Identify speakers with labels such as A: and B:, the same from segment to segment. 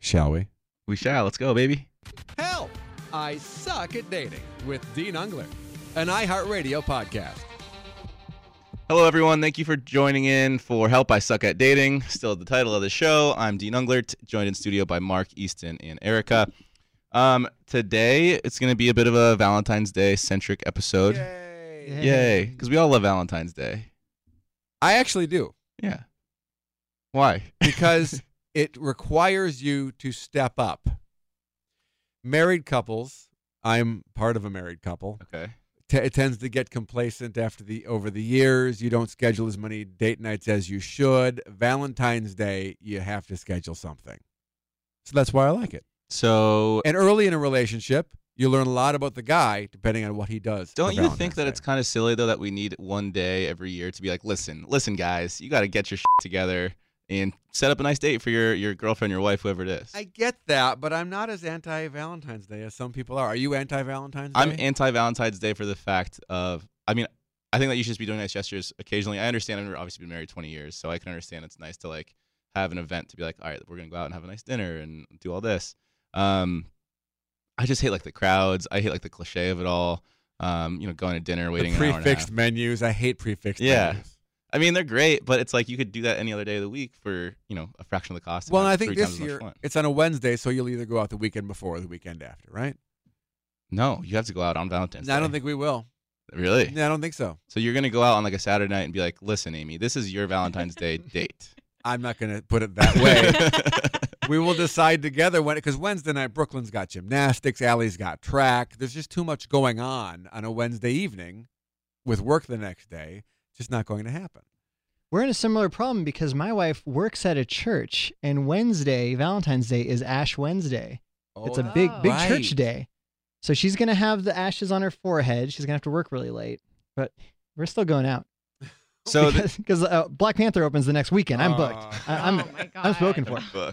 A: Shall we?
B: We shall. Let's go, baby.
C: Help! I Suck at Dating with Dean Ungler, an iHeartRadio podcast.
B: Hello, everyone. Thank you for joining in for Help I Suck at Dating. Still the title of the show. I'm Dean Unglert, joined in studio by Mark Easton and Erica. Um, today, it's going to be a bit of a Valentine's Day centric episode.
C: Yay.
B: Yay. Because we all love Valentine's Day.
C: I actually do
B: Yeah. Why?
C: because it requires you to step up. Married couples, I'm part of a married couple.
B: Okay.
C: T- it tends to get complacent after the over the years. You don't schedule as many date nights as you should. Valentine's Day, you have to schedule something. So that's why I like it.
B: So,
C: And early in a relationship, you learn a lot about the guy depending on what he does. for
B: don't you think
C: Valentine's
B: that
C: Day.
B: it's kind of silly, though, that we need one day every year to be like, listen, listen, guys, you got to get your shit together and set up a nice date for your, your girlfriend, your wife, whoever it is?
C: I get that, but I'm not as anti Valentine's Day as some people are. Are you anti Valentine's Day?
B: I'm anti Valentine's Day for the fact of, I mean, I think that you should be doing nice gestures occasionally. I understand I've obviously been married 20 years, so I can understand it's nice to like have an event to be like, all right, we're gonna go out and have a nice dinner and do all this. Um, I just hate like the crowds. I hate like the cliche of it all. Um, you know, going to dinner, waiting
C: the
B: an hour and a half.
C: prefixed menus. I hate prefixed
B: Yeah.
C: menus.
B: I mean, they're great, but it's like you could do that any other day of the week for you know a fraction of the cost. and
C: Well, and I
B: have
C: think
B: three times
C: this
B: as much
C: year
B: fun.
C: it's on a Wednesday, so you'll either go out the weekend before or the weekend after, right?
B: no, you have to go out on Valentine's.
C: No, I don't
B: Day.
C: think we will.
B: really.
C: No, I don't think so.
B: So you're gonna go out on like a Saturday night and be like, listen, Amy, this is your Valentine's Day date.
C: I'm not going to put it that way. we will decide together when, because Wednesday night, Brooklyn's got gymnastics, Allie's got track. There's just too much going on on a Wednesday evening with work the next day. It's just not going to happen.
D: We're in a similar problem because my wife works at a church, and Wednesday, Valentine's Day, is Ash Wednesday. it's a
B: Oh,
D: big, big church
C: Right.
D: day. So she's going to have the ashes on her forehead. She's going to have to work really late, but we're still going out.
B: so th-
D: because 'cause, uh, Black Panther opens the next weekend. I'm
B: Uh,
D: booked. I, I'm,
E: oh my God.
D: I'm spoken for.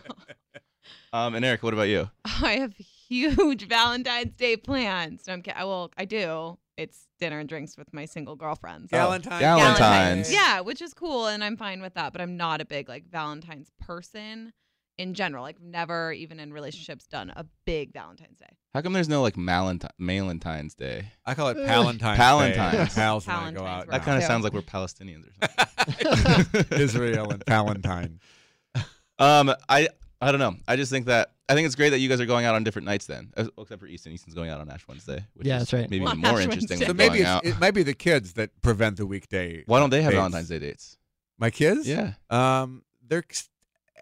B: um, and Eric, what about you?
E: I have huge Valentine's Day plans. No, I'm kidding. Well, I do. It's dinner and drinks with my single girlfriends.
C: Valentine's.
B: Valentine's. Valentine's.
E: Yeah, which is cool, and I'm fine with that. But I'm not a big like Valentine's person in general. Like never, even in relationships, done a big Valentine's Day. Oh
B: How come there's no like Malenti- Valentine's Day?
C: I call it
D: Ugh.
C: Palentine's.
B: Palentine's.
C: Day. Pals and I go
E: Palentine's,
C: out.
B: That
E: Wow.
B: kind of
E: Yeah.
B: sounds like we're Palestinians or something.
C: Israel and Palentine.
B: Um, I I don't know. I just think that I think it's great that you guys are going out on different nights then, Uh, except for Easton. Easton's going out on Ash Wednesday, which
D: Yeah,
B: is
D: that's right.
B: maybe
E: On
B: even more
E: Ash
B: interesting.
E: Wednesday.
B: Than
C: So maybe
B: going
C: it's,
B: out.
C: it might be the kids that prevent the weekday.
B: Why don't they have
C: dates.
B: Valentine's Day dates?
C: My kids?
B: Yeah,
C: Um, they're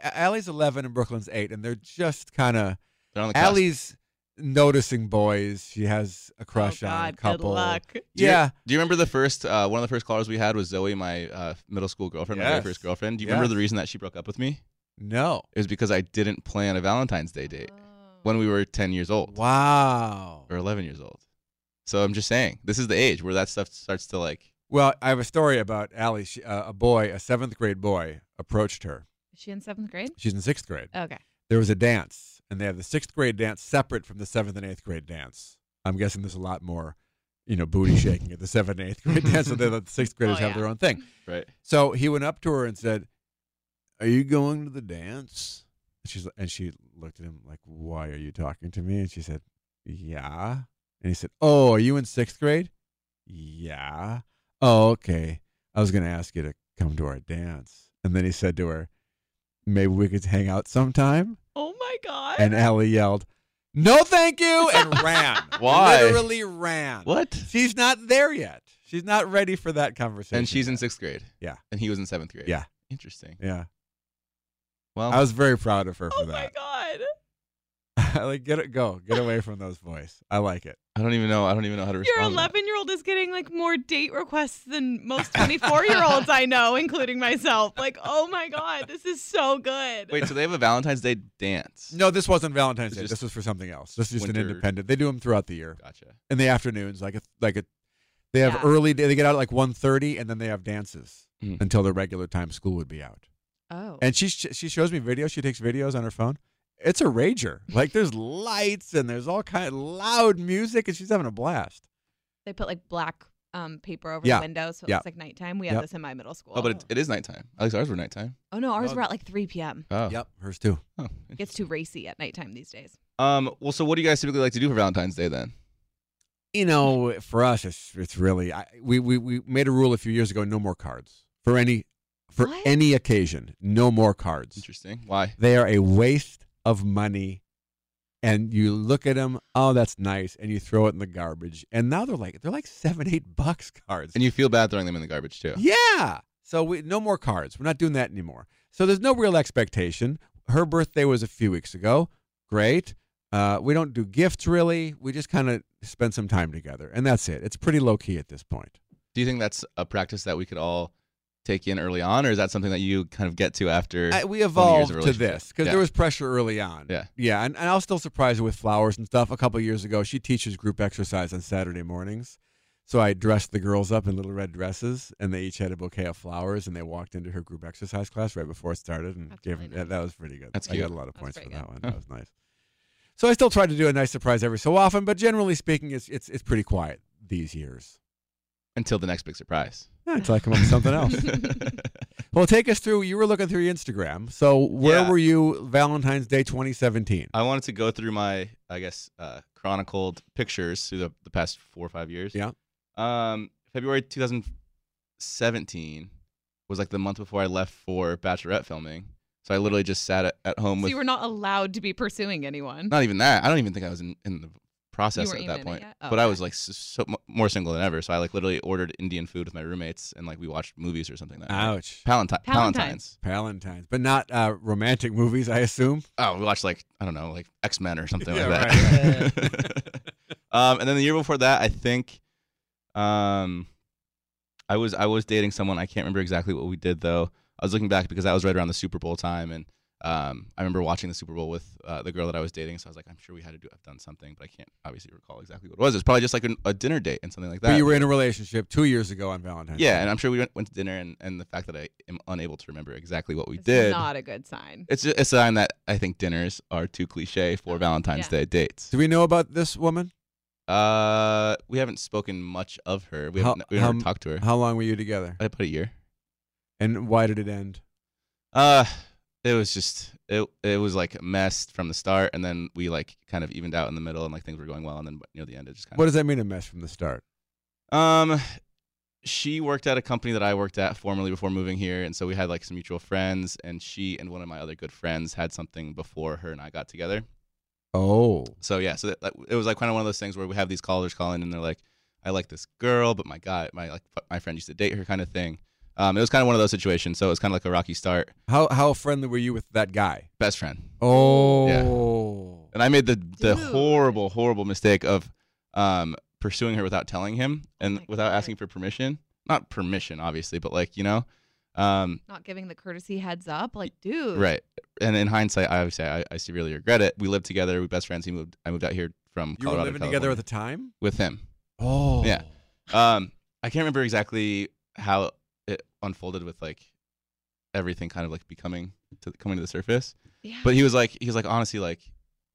C: Allie's eleven and Brooklyn's eight, and they're just kind of
B: they're on the cusp.
C: Allie's noticing boys. She has a crush
E: oh,
C: on a
E: God,
C: couple.
E: Good luck.
B: Do you-
C: Yeah.
B: Do you remember the first uh, one of the first callers we had was Zoe, my uh, middle school girlfriend, my very
C: Yes.
B: first girlfriend. Do you remember
C: Yes.
B: the reason that she broke up with me?
C: No.
B: It was because I didn't plan a Valentine's Day date
E: Oh.
B: when we were 10 years old.
C: Wow.
B: or 11 years old. So I'm just saying, this is the age where that stuff starts to like.
C: Well, I have a story about Allie. She, uh, a boy, a seventh grade boy, approached her.
E: Is she in seventh grade?
C: She's in sixth grade.
E: Okay.
C: there was a dance, and they have the sixth grade dance separate from the seventh and eighth grade dance. I'm guessing there's a lot more, you know, booty shaking at the seventh and eighth grade dance, so they let the sixth graders
E: Oh,
C: have
E: yeah.
C: their own thing.
B: Right.
C: So he went up to her and said, "Are you going to the dance?" And she's and she looked at him like, "Why are you talking to me?" And she said, "Yeah." And he said, "Oh, are you in sixth grade?" "Yeah." "Oh, okay. I was going to ask you to come to our dance." And then he said to her, "Maybe we could hang out sometime."
E: Oh my God.
C: And Allie yelled, "No, thank you!" and ran.
B: Why?
C: Literally ran.
B: What?
C: She's not there yet. She's not ready for that conversation.
B: And she's in
C: yet.
B: sixth grade.
C: Yeah.
B: And he was in seventh grade.
C: Yeah.
B: Interesting.
C: Yeah,
B: Well,
C: I was very proud of her for
E: oh my
C: that.
E: God.
C: like get it, go, get away from those boys. I like it.
B: I don't even know. I don't even know how to
E: Your
B: respond. to that.
E: 11 year old is getting like more date requests than most 24 year olds I know, including myself. Like, oh my God, this is so good.
B: Wait, so they have a Valentine's Day dance?
C: No, this wasn't Valentine's
B: It's
C: Day.
B: just
C: This was for something else. This is just an
B: winter-
C: independent. They do them throughout the year
B: Gotcha.
C: in the afternoons, like a like a. They have
E: Yeah.
C: early. They get out at like 1.30 and then they have dances
B: Mm.
C: until their regular time school would be out.
E: Oh.
C: And she sh- she shows me videos. She takes videos on her phone. It's a rager. Like there's lights and there's all kind of loud music, and she's having a blast.
E: they put like black um, paper over
C: Yeah.
E: the window so it
C: Yeah.
E: looks like nighttime. We had
C: Yep.
E: this in my middle school.
B: Oh, but it, it is nighttime. At least ours were nighttime.
E: oh no, ours
C: No.
E: were at like 3 p.m.
B: Oh.
C: Yep, hers too.
B: Oh,
E: It gets too racy at nighttime these days.
B: Um. Well, so what do you guys typically like to do for Valentine's Day then?
C: You know, for us, it's it's really I, we we we made a rule a few years ago: no more cards for any for
E: What?
C: any occasion. No more cards.
B: Interesting. Why?
C: They are a waste of money. And you look at them, oh, that's nice, and you throw it in the garbage. And now they're like they're like seven, eight bucks cards.
B: And you feel bad throwing them in the garbage too.
C: Yeah. So we no more cards. We're not doing that anymore. So there's no real expectation. Her birthday was a few weeks ago. Great. Uh, we don't do gifts really. We just kind of spend some time together, and that's it. It's pretty low key at this point.
B: Do you think that's a practice that we could all take in early on, or is that something that you kind of get to after?
C: I, we
B: of
C: evolved to
B: relationship.
C: this because
B: Yeah.
C: there was pressure early on.
B: Yeah.
C: Yeah. And, and I'll still surprise her with flowers and stuff. A couple years ago, she teaches group exercise on Saturday mornings. So I dressed the girls up in little red dresses and they each had a bouquet of flowers and they walked into her group exercise class right before it started and
E: That's
C: gave
E: really
C: them, yeah, that was pretty good.
B: That's
C: I got
B: cute.
C: a lot of
E: That's
C: points for
E: pretty
C: that
E: good.
C: one.
B: Huh.
C: That was nice. So I still try to do a nice surprise every so often, but generally speaking, it's it's it's pretty quiet these years.
B: until the next big surprise.
C: Yeah, until I come up with something else. Well, take us through. You were looking through your Instagram. So where
B: Yeah.
C: were you Valentine's Day 2017?
B: I wanted to go through my, I guess, uh, chronicled pictures through the, the past four or five years.
C: Yeah.
B: Um, February 2017 was like the month before I left for Bachelorette filming. So I literally just sat at, at home
E: So
B: with
E: you were not allowed to be pursuing anyone.
B: not even that. I don't even think I was in, in the process
E: You weren't
B: at
E: even
B: that
E: in it
B: point.
E: yet? Oh,
B: but I
E: okay.
B: was like so, so mu- more single than ever. So I like literally ordered Indian food with my roommates and like we watched movies or something. That night.
C: Ouch.
B: Palenti- Palantines.
E: Palantines.
C: Palantines, but not uh, romantic movies, I assume.
B: Oh, we watched like I don't know, like X Men or something
C: Yeah,
B: like that. um, and then the year before that, I think, um, I was I was dating someone. I can't remember exactly what we did though. I was looking back because that was right around the Super Bowl time, and um, I remember watching the Super Bowl with uh, the girl that I was dating. So I was like, I'm sure we had to do, have done something, but I can't obviously recall exactly what it was. It's probably just like an, a dinner date and something like that.
C: but you were in a relationship two years ago on Valentine's.
B: yeah, and I'm sure we went, went to dinner, and, and the fact that I am unable to remember exactly what we
E: It's
B: did.
E: not a good sign.
B: it's a, a sign that I think dinners are too cliche for Valentine's Day dates.
C: Do we know about this woman?
B: Uh, we haven't spoken much of her. We
C: How-
B: haven't, we
C: how
B: haven't
C: m-
B: talked to her.
C: How long were you together?
B: I put a year.
C: And why did it end?
B: Uh, it was just it. It was like a mess from the start, and then we like kind of evened out in the middle, and like things were going well, and then near the end, it just kind
C: What does that mean, a mess from the start?
B: of. Um, she worked at a company that I worked at formerly before moving here, and so we had like some mutual friends, and she and one of my other good friends had something before her and I got together.
C: Oh.
B: So yeah, so that, that- it was like kind of one of those things where we have these callers calling and they're like, "I like this girl, but my guy, my like f- my friend used to date her," kind of thing. Um, it was kind of one of those situations. So it was kind of like a rocky start.
C: How how friendly were you with that guy?
B: Best friend,
C: Oh.
B: and I made the the
E: Dude.
B: horrible, horrible mistake of um, pursuing her without telling him and
E: Oh my
B: without
E: God.
B: asking for permission. Not permission, obviously, but like you know, um,
E: Not giving the courtesy heads up, like, dude.
B: right. And in hindsight, I obviously I, I severely regret it. We lived together. We best friends. He moved. I moved out here from
C: You were
B: Colorado.
C: living
B: to
C: together at
B: California
C: the time?
B: with him.
C: Oh.
B: Yeah. um i can't remember exactly how it unfolded with like everything kind of like becoming to coming to the surface
E: Yeah.
B: but he was like he was like honestly like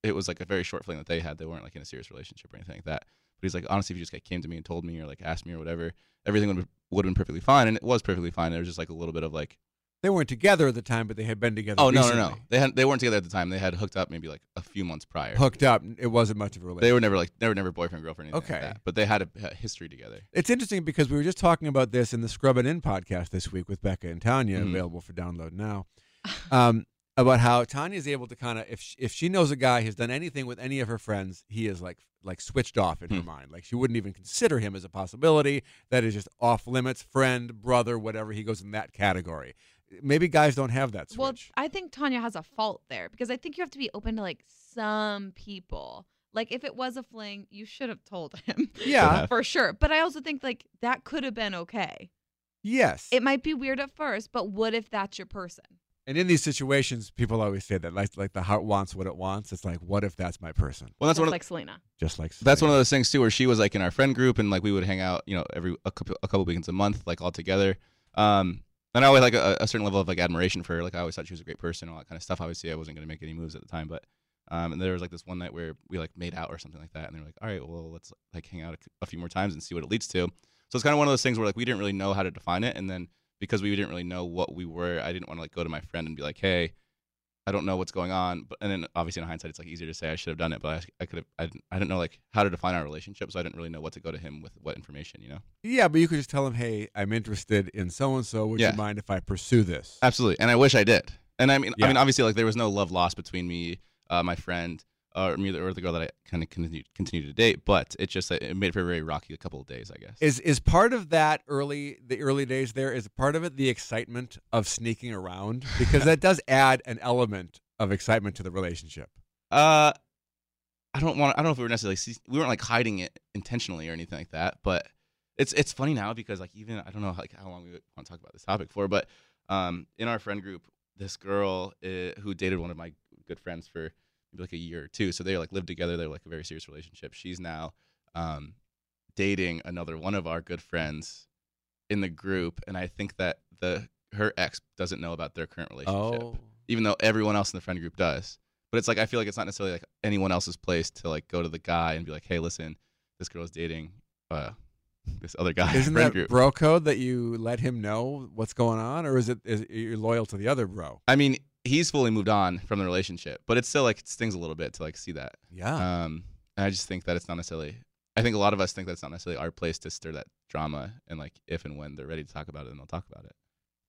B: it was like a very short fling that they had they weren't like in a serious relationship or anything like that but he's like honestly if you just like, came to me and told me or like asked me or whatever everything would would have been perfectly fine and it was perfectly fine there was just like a little bit of like
C: They weren't together at the time, but they had been together.
B: oh no no
C: recently.
B: no they had they weren't together at the time they had hooked up maybe like a few months prior
C: Hooked up. It wasn't much of a relationship.
B: they were never like they were never boyfriend girlfriend or anything like
C: Okay.
B: that. but they had a, a history together
C: It's interesting because we were just talking about this in the Scrub It In podcast this week with Becca and Tanya,
B: Mhm.
C: available for download now. Um, about how Tanya's able to kind of if she, if she knows a guy has done anything with any of her friends, he is like like switched off in her
B: Hmm.
C: mind. Like she wouldn't even consider him as a possibility. That is just off limits, friend, brother, whatever. He goes in that category. Maybe guys don't have that
E: Well,
C: switch.
E: I think Tanya has a fault there because I think you have to be open to like some people. Like if it was a fling, you should have told him.
C: yeah.
E: For sure. But I also think like that could have been okay.
C: Yes.
E: It might be weird at first, but what if that's your person?
C: and in these situations, people always say that like like the heart wants what it wants. It's like, what if that's my person?
B: well that's
E: Just
B: one of,
E: like Selena.
C: Just like
B: That's one
C: Selena.
B: of those things too, where she was like in our friend group, and like we would hang out, you know, every a couple, a couple weekends a month, like all together. Um, and I always like a, a certain level of like admiration for her. Like I always thought she was a great person, and all that kind of stuff. Obviously, I wasn't gonna make any moves at the time, but um, and there was like this one night where we like made out or something like that, and they were like, "All right, well, let's like hang out a, c- a few more times and see what it leads to." So it's kind of one of those things where like we didn't really know how to define it, and then because we didn't really know what we were, I didn't want to like go to my friend and be like, hey. I don't know what's going on, but and then obviously in hindsight, it's like easier to say I should have done it, but I, I could have I, didn't- I didn't know like how to define our relationship, so I didn't really know what to go to him with what information, you know.
C: Yeah, but you could just tell him, "Hey, I'm interested in so and so. Would
B: Yeah.
C: you mind if I pursue this?"
B: Absolutely, and I wish I did. And I mean,
C: Yeah.
B: I mean, obviously, like there was no love lost between me, uh, my friend, uh, or me, or the girl that I kind of continued continued to date. But it just it made for a very rocky couple of days, I guess.
C: Is is part of that early the early days there is part of it the excitement of sneaking around because that does add an element of excitement to the relationship.
B: uh, I don't want. I don't know if we were necessarily se- we weren't like hiding it intentionally or anything like that. But it's it's funny now because like even I don't know like how long we want to talk about this topic for, but um, in our friend group, this girl uh, who dated one of my good friends for maybe like a year or two. So they like lived together. They were like a very serious relationship. She's now um, dating another one of our good friends in the group, and I think that the her ex doesn't know about their current relationship, even though everyone else in the friend group does. But it's like I feel like it's not necessarily like anyone else's place to like go to the guy and be like, hey, listen, this girl is dating uh, this other guy. in the
C: Isn't
B: friend
C: that
B: group.
C: bro code that you let him know what's going on, or is it is you're loyal to the other bro?
B: I mean, he's fully moved on from the relationship, but it's still like it stings a little bit to like see that.
C: Yeah,
B: Um, and I just think that it's not necessarily. I think a lot of us think that's not necessarily our place to stir that drama, and like if and when they're ready to talk about it, then they'll talk about it.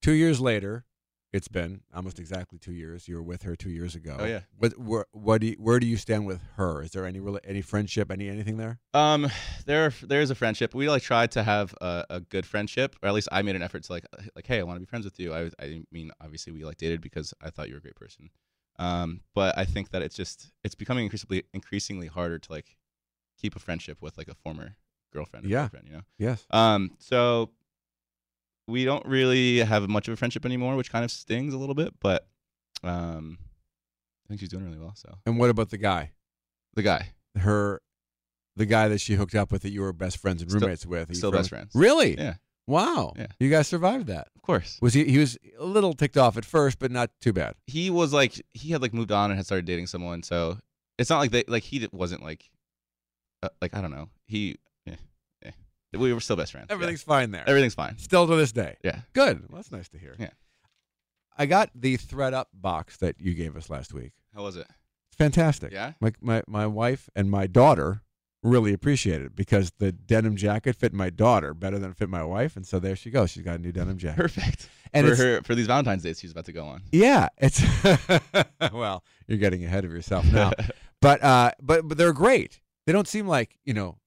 C: two years later, it's been almost exactly two years. You were with her two years ago.
B: Oh, yeah.
C: What where, what do you, where do you stand with her? Is there any rela- any friendship, any anything there?
B: Um, there there is a friendship. We like tried to have a, a good friendship, or at least I made an effort to like like hey, I want to be friends with you. I was- I mean, obviously we like dated because I thought you were a great person. Um, but I think that it's just it's becoming increasingly increasingly harder to like keep a friendship with like a former girlfriend. Or
C: Yeah.
B: boyfriend, you know.
C: Yes.
B: Um, so we don't really have much of a friendship anymore, which kind of stings a little bit, but um, I think she's doing really well. So
C: And what about the guy?
B: the guy,
C: Her, the guy that she hooked up with that you were best friends and
B: Still-
C: roommates with. Are you
B: still best friends.
C: Really?
B: Yeah.
C: Wow.
B: Yeah.
C: You guys survived that.
B: Of course.
C: Was he? He was a little ticked off at first, but not too bad.
B: He was like, he had like moved on and had started dating someone. So it's not like they, like he di- wasn't like, uh, like, I don't know. He, eh, eh. we were still best friends. yeah.
C: Everything's fine there.
B: everything's fine.
C: Still to this day.
B: Yeah.
C: Good. Well, that's nice to hear.
B: Yeah.
C: I got the thread up box that you gave us last week.
B: How was it?
C: It's fantastic.
B: Yeah.
C: My, my, my wife and my daughter really appreciate it because the denim jacket fit my daughter better than it fit my wife. And so there she goes. She's got a new denim jacket.
B: Perfect.
C: and
B: for
C: it's,
B: her, for these Valentine's days she's about to go on.
C: yeah, it's, well, you're getting ahead of yourself now. but, uh, but, but they're great. They don't seem like, you know,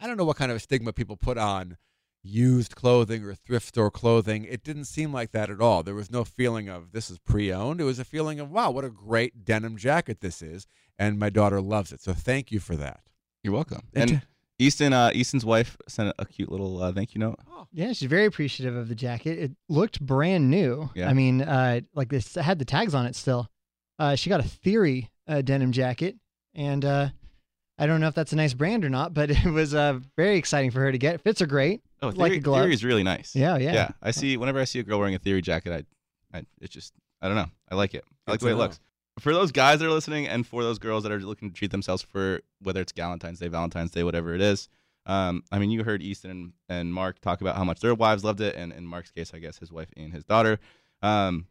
C: I don't know what kind of stigma people put on used clothing or thrift store clothing. It didn't seem like that at all. There was no feeling of this is pre owned. It was a feeling of, wow, what a great denim jacket this is. And my daughter loves it. So thank you for that.
B: You're welcome.
C: And
B: And Easton, uh, Easton's wife sent a cute little uh, thank you note.
D: Yeah, she's very appreciative of the jacket. It looked brand new.
B: Yeah.
D: I mean, uh, like this had the tags on it still. Uh, she got a theory uh, denim jacket, and uh, I don't know if that's a nice brand or not, but it was uh, very exciting for her to get. Fits are great.
B: Oh,
D: Like
B: theory,
D: a glove.
B: Theory is really nice.
D: Yeah, yeah.
B: I see. Whenever I see a girl wearing a theory jacket, I, I it's just I don't know. I like it. I like
C: Good
B: the way
C: to
B: it
C: know.
B: looks. For those guys that are listening, and for those girls that are looking to treat themselves for whether it's Valentine's Day, Valentine's Day, whatever it is. Um, I mean, you heard Easton and, and Mark talk about how much their wives loved it, and in Mark's case, I guess his wife and his daughter. Um,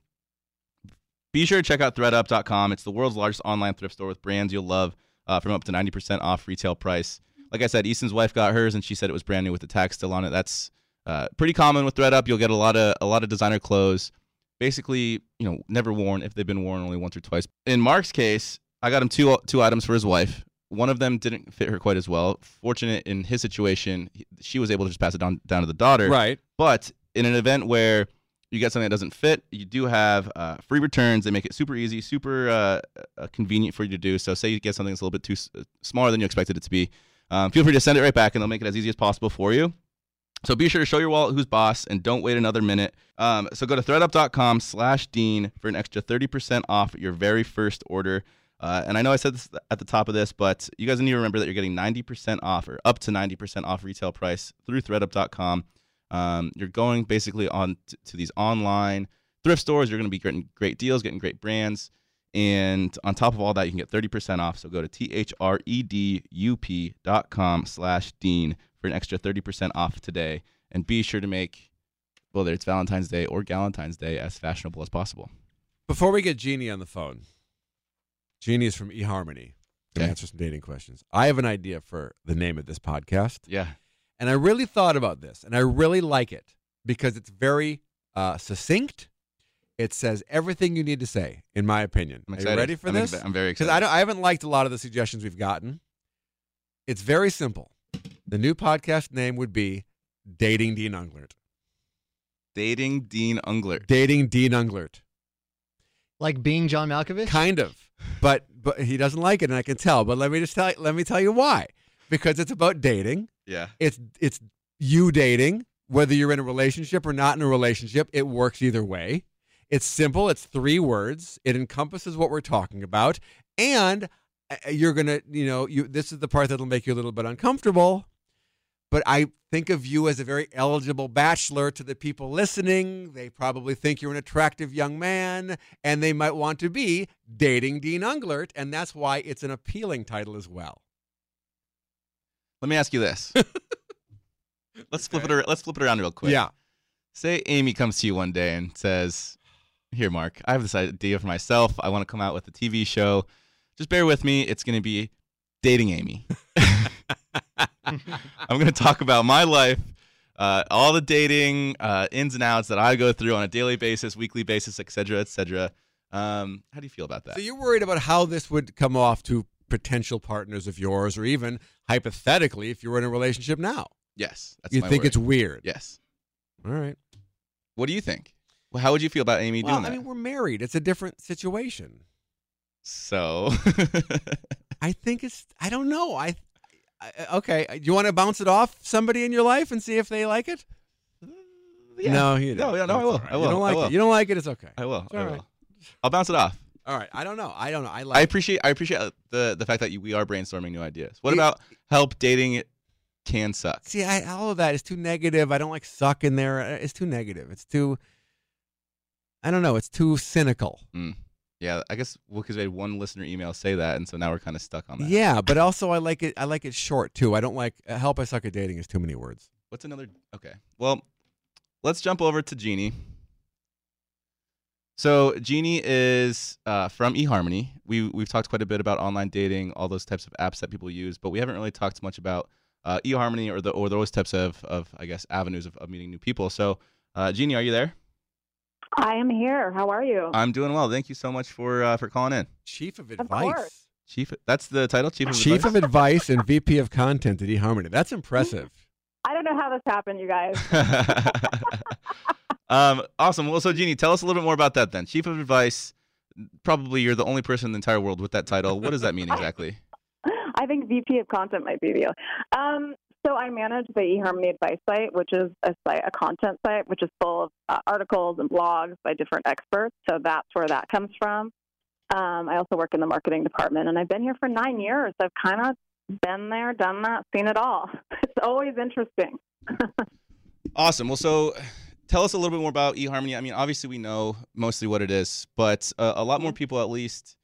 B: be sure to check out ThreadUp.com. It's the world's largest online thrift store with brands you'll love, uh, from up to ninety percent off retail price. Like I said, Easton's wife got hers, and she said it was brand new with the tag still on it. That's uh, pretty common with ThreadUp. You'll get a lot of a lot of designer clothes, basically you know never worn if they've been worn only once or twice. In Mark's case, I got him two two items for his wife. One of them didn't fit her quite as well. Fortunate in his situation, he- she was able to just pass it down down to the daughter.
C: Right.
B: But in an event where you get something that doesn't fit, you do have uh, free returns. They make it super easy, super uh, uh, convenient for you to do. So, say you get something that's a little bit too s- uh, smaller than you expected it to be, um, feel free to send it right back, and they'll make it as easy as possible for you. So be sure to show your wallet who's boss, and don't wait another minute. Um, so go to ThreadUp.com/dean for an extra 30% off your very first order. Uh, and I know I said this at the top of this, but you guys need to remember that you're getting 90% off or up to 90% off retail price through ThreadUp.com. Um, you're going basically on t- to these online thrift stores. You're going to be getting great deals, getting great brands. And on top of all that, you can get 30% off. So go to E T-H-R-E-D-U-P dot com slash Dean for an extra 30% off today. and be sure to make whether it's Valentine's Day or Galentine's Day as fashionable as possible.
C: Before we get Jeannie on the phone, Jeannie is from eHarmony. Gonna
B: Okay.
C: answer some dating questions. I have an idea for the name of this podcast,
B: Yeah.
C: and I really thought about this, and I really like it because it's very uh, succinct. It says everything you need to say, in my opinion.
B: I'm
C: Are you
B: excited.
C: ready for
B: I'm
C: this?
B: exci- I'm very
C: because
B: excited.
C: I don't, I haven't liked a lot of the suggestions we've gotten. It's very simple. The new podcast name would be Dating Dean Unglert.
B: Dating Dean Ungler.
C: Dating Dean Unglert,
D: Like being John Malkovich?
C: kind of, but but he doesn't like it, and I can tell. But let me just tell let me tell you why. Because it's about dating.
B: Yeah.
C: It's it's you dating, whether you're in a relationship or not in a relationship. It works either way. It's simple. It's three words. It encompasses what we're talking about, and uh, you're gonna, you know, you. This is the part that'll make you a little bit uncomfortable. But I think of you as a very eligible bachelor to the people listening. They probably think you're an attractive young man, and they might want to be dating Dean Unglert, and that's why it's an appealing title as well.
B: Let me ask you this. let's flip it.
C: Okay.
B: Ar- let's flip it around real quick.
C: Yeah.
B: Say Amy comes to you one day and says, "Here, Mark, I have this idea for myself. I want to come out with a TV show. Just bear with me. It's going to be dating Amy. I'm going to talk about my life." Uh, all the dating uh, ins and outs that I go through on a daily basis, weekly basis, et cetera, et cetera. Um, how do you feel about that?
C: So you're worried about how this would come off to potential partners of yours, or even hypothetically, if you were in a relationship now.
B: yes, that's
C: you
B: my
C: think
B: worry.
C: it's weird.
B: yes.
C: All right.
B: What do you think? Well, how would you feel about Amy
C: well,
B: doing
C: I
B: that?
C: mean, we're married. It's a different situation.
B: so,
C: I think it's. I don't know. I. I okay. Do you want to bounce it off somebody in your life and see if they like it?
B: yeah.
C: No, you
B: No,
C: don't.
B: yeah, no, I
C: That's
B: will.
C: all right.
B: I will.
C: You don't
B: I
C: like
B: will.
C: it. You don't like it. It's okay.
B: I will.
C: It's
B: I
C: all
B: will.
C: right.
B: I'll bounce it off.
C: All right. I don't know. I don't know. I like.
B: I appreciate. I appreciate uh, the the fact that you, we are brainstorming new ideas. What
C: It-
B: about help dating? It can suck.
C: See, I, all of that is too negative. I don't like suck in there. Uh, It's too negative. It's too. I don't know. It's too cynical.
B: Yeah, I guess well, because we had one listener email say that, and so now we're kind of stuck on that.
C: Yeah, but also I like it. I like it short too. I don't like uh, help. I suck at dating is too many words.
B: What's another? Okay. Well, let's jump over to Jeannie. So Jeannie is uh, from eHarmony. We we've talked quite a bit about online dating, all those types of apps that people use, but we haven't really talked much about uh, eHarmony or the or those types of of I guess avenues of, of meeting new people. So uh, Jeannie, are you there?
A: I am here. How are you?
B: I'm doing well. Thank you so much for uh, for calling in,
C: Chief of
A: course.
B: Chief. That's the title, Chief. Of
C: Chief
B: Advice?
C: of advice and VP of content at eHarmony. That's impressive.
A: I don't know how this happened, you guys.
B: um, awesome. Well, so Jeannie, tell us a little bit more about that then. Chief of advice. Probably you're the only person in the entire world with that title. What does that mean exactly?
A: I think VP of content might be the. Um, so I manage the eHarmony advice site, which is a site, a content site, which is full of uh, articles and blogs by different experts. So that's where that comes from. Um, I also work in the marketing department, and I've been here for nine years. I've kind of been there, done that, seen it all. It's always interesting.
B: Awesome. Well, so tell us a little bit more about eHarmony. I mean, obviously we know mostly what it is, but uh, a lot more people, at least,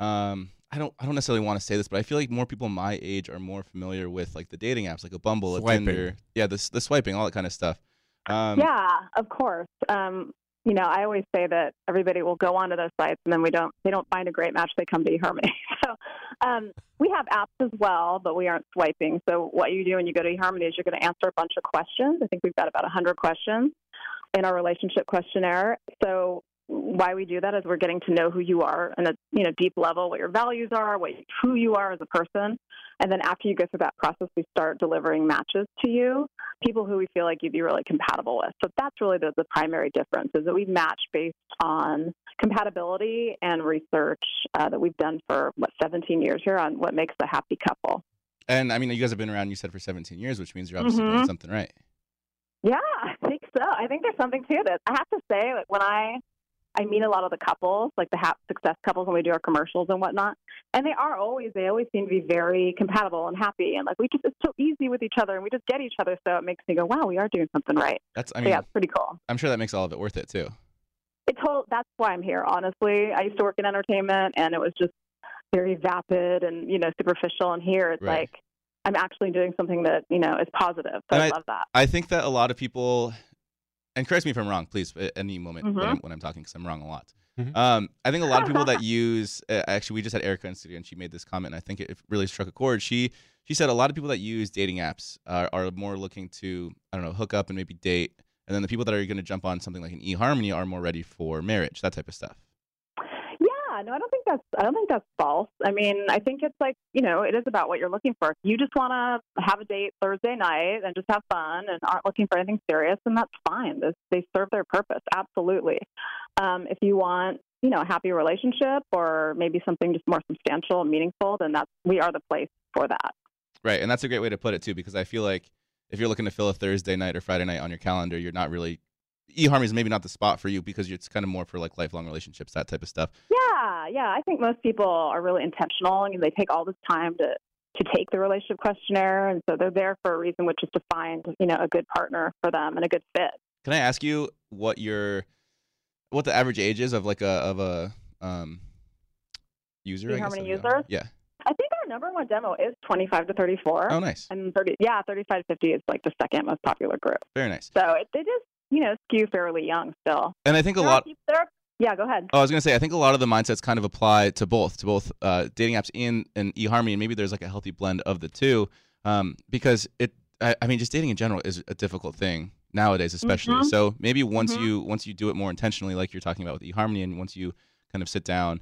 B: um, I don't, I don't necessarily want to say this, but I feel like more people my age are more familiar with like the dating apps, like a Bumble,
C: Swiping.
B: a Tinder, yeah, the, the swiping, all that kind of stuff. Um,
A: yeah, of course. Um, you know, I always say that everybody will go onto those sites and then we don't they don't find a great match, they come to eHarmony. So um, we have apps as well, but we aren't swiping. So what you do when you go to eHarmony is you're going to answer a bunch of questions. I think we've got about 100 questions in our relationship questionnaire. So why we do that is we're getting to know who you are on a you know deep level, what your values are, what who you are as a person, and then after you go through that process, we start delivering matches to you, people who we feel like you'd be really compatible with. So that's really the, the primary difference is that we match based on compatibility and research uh, that we've done for what 17 years here on what makes a happy couple.
B: And I mean, you guys have been around, you said, for 17 years, which means you're obviously doing
A: Mhm.
B: something right.
A: Yeah, I think so. I think there's something to this. I have to say, like, when I I meet a lot of the couples, like the ha- success couples, when we do our commercials and whatnot, and they are always they always seem to be very compatible and happy, and like we just it's so easy with each other, and we just get each other. So it makes me go, wow, we are doing something right.
B: That's, I
A: So
B: mean,
A: yeah, it's pretty cool.
B: I'm sure that makes all of it worth it too.
A: It's whole. That's why I'm here. Honestly, I used to work in entertainment, and it was just very vapid and you know superficial. And here it's
B: Right.
A: like I'm actually doing something that you know is positive. So
B: And
A: I,
B: I-
A: love that.
B: I think that a lot of people, and correct me if I'm wrong, please, at any moment when,
A: Mhm.
B: I'm, when I'm talking, because I'm wrong a lot.
C: Mhm.
B: Um, I think a lot of people that use, uh, actually, we just had Erica in studio and she made this comment, and I think it really struck a chord. She she said a lot of people that use dating apps are, are more looking to, I don't know, hook up and maybe date. And then the people that are going to jump on something like an eHarmony are more ready for marriage, that type of stuff.
A: Yeah, no, I don't think that's I don't think that's false. I mean, I think it's like you know, it is about what you're looking for. If you just want to have a date Thursday night and just have fun and aren't looking for anything serious, then that's fine. This, they serve their purpose absolutely. Um, if you want, you know, a happy relationship or maybe something just more substantial and meaningful, then that's we are the place for that.
B: Right, and that's a great way to put it too, because I feel like if you're looking to fill a Thursday night or Friday night on your calendar, you're not really eHarmony is maybe not the spot for you because it's kind of more for like lifelong relationships, that type of stuff.
A: Yeah, yeah. I think most people are really intentional and they take all this time to to take the relationship questionnaire, and so they're there for a reason, which is to find you know a good partner for them and a good fit.
B: Can I ask you what your what the average age is of like a of a um user? I guess,
A: eHarmony
B: of the-
A: users?
B: Yeah.
A: I think our number one demo is 25 to 34,
B: Oh, nice.
A: and 30. Yeah, 35 to 50 is like the second most popular group.
B: Very nice.
A: So it, it is you know skew fairly young still.
B: And I think a
A: There are
B: lot.
A: peop- there are- yeah, go ahead.
B: Oh, I was gonna say I think a lot of the mindsets kind of apply to both, to both uh, dating apps and and eHarmony, and maybe there's like a healthy blend of the two, um, because it. I, I mean, just dating in general is a difficult thing nowadays, especially.
A: Mhm.
B: So maybe once
A: Mhm.
B: you once you do it more intentionally, like you're talking about with eHarmony, and once you kind of sit down,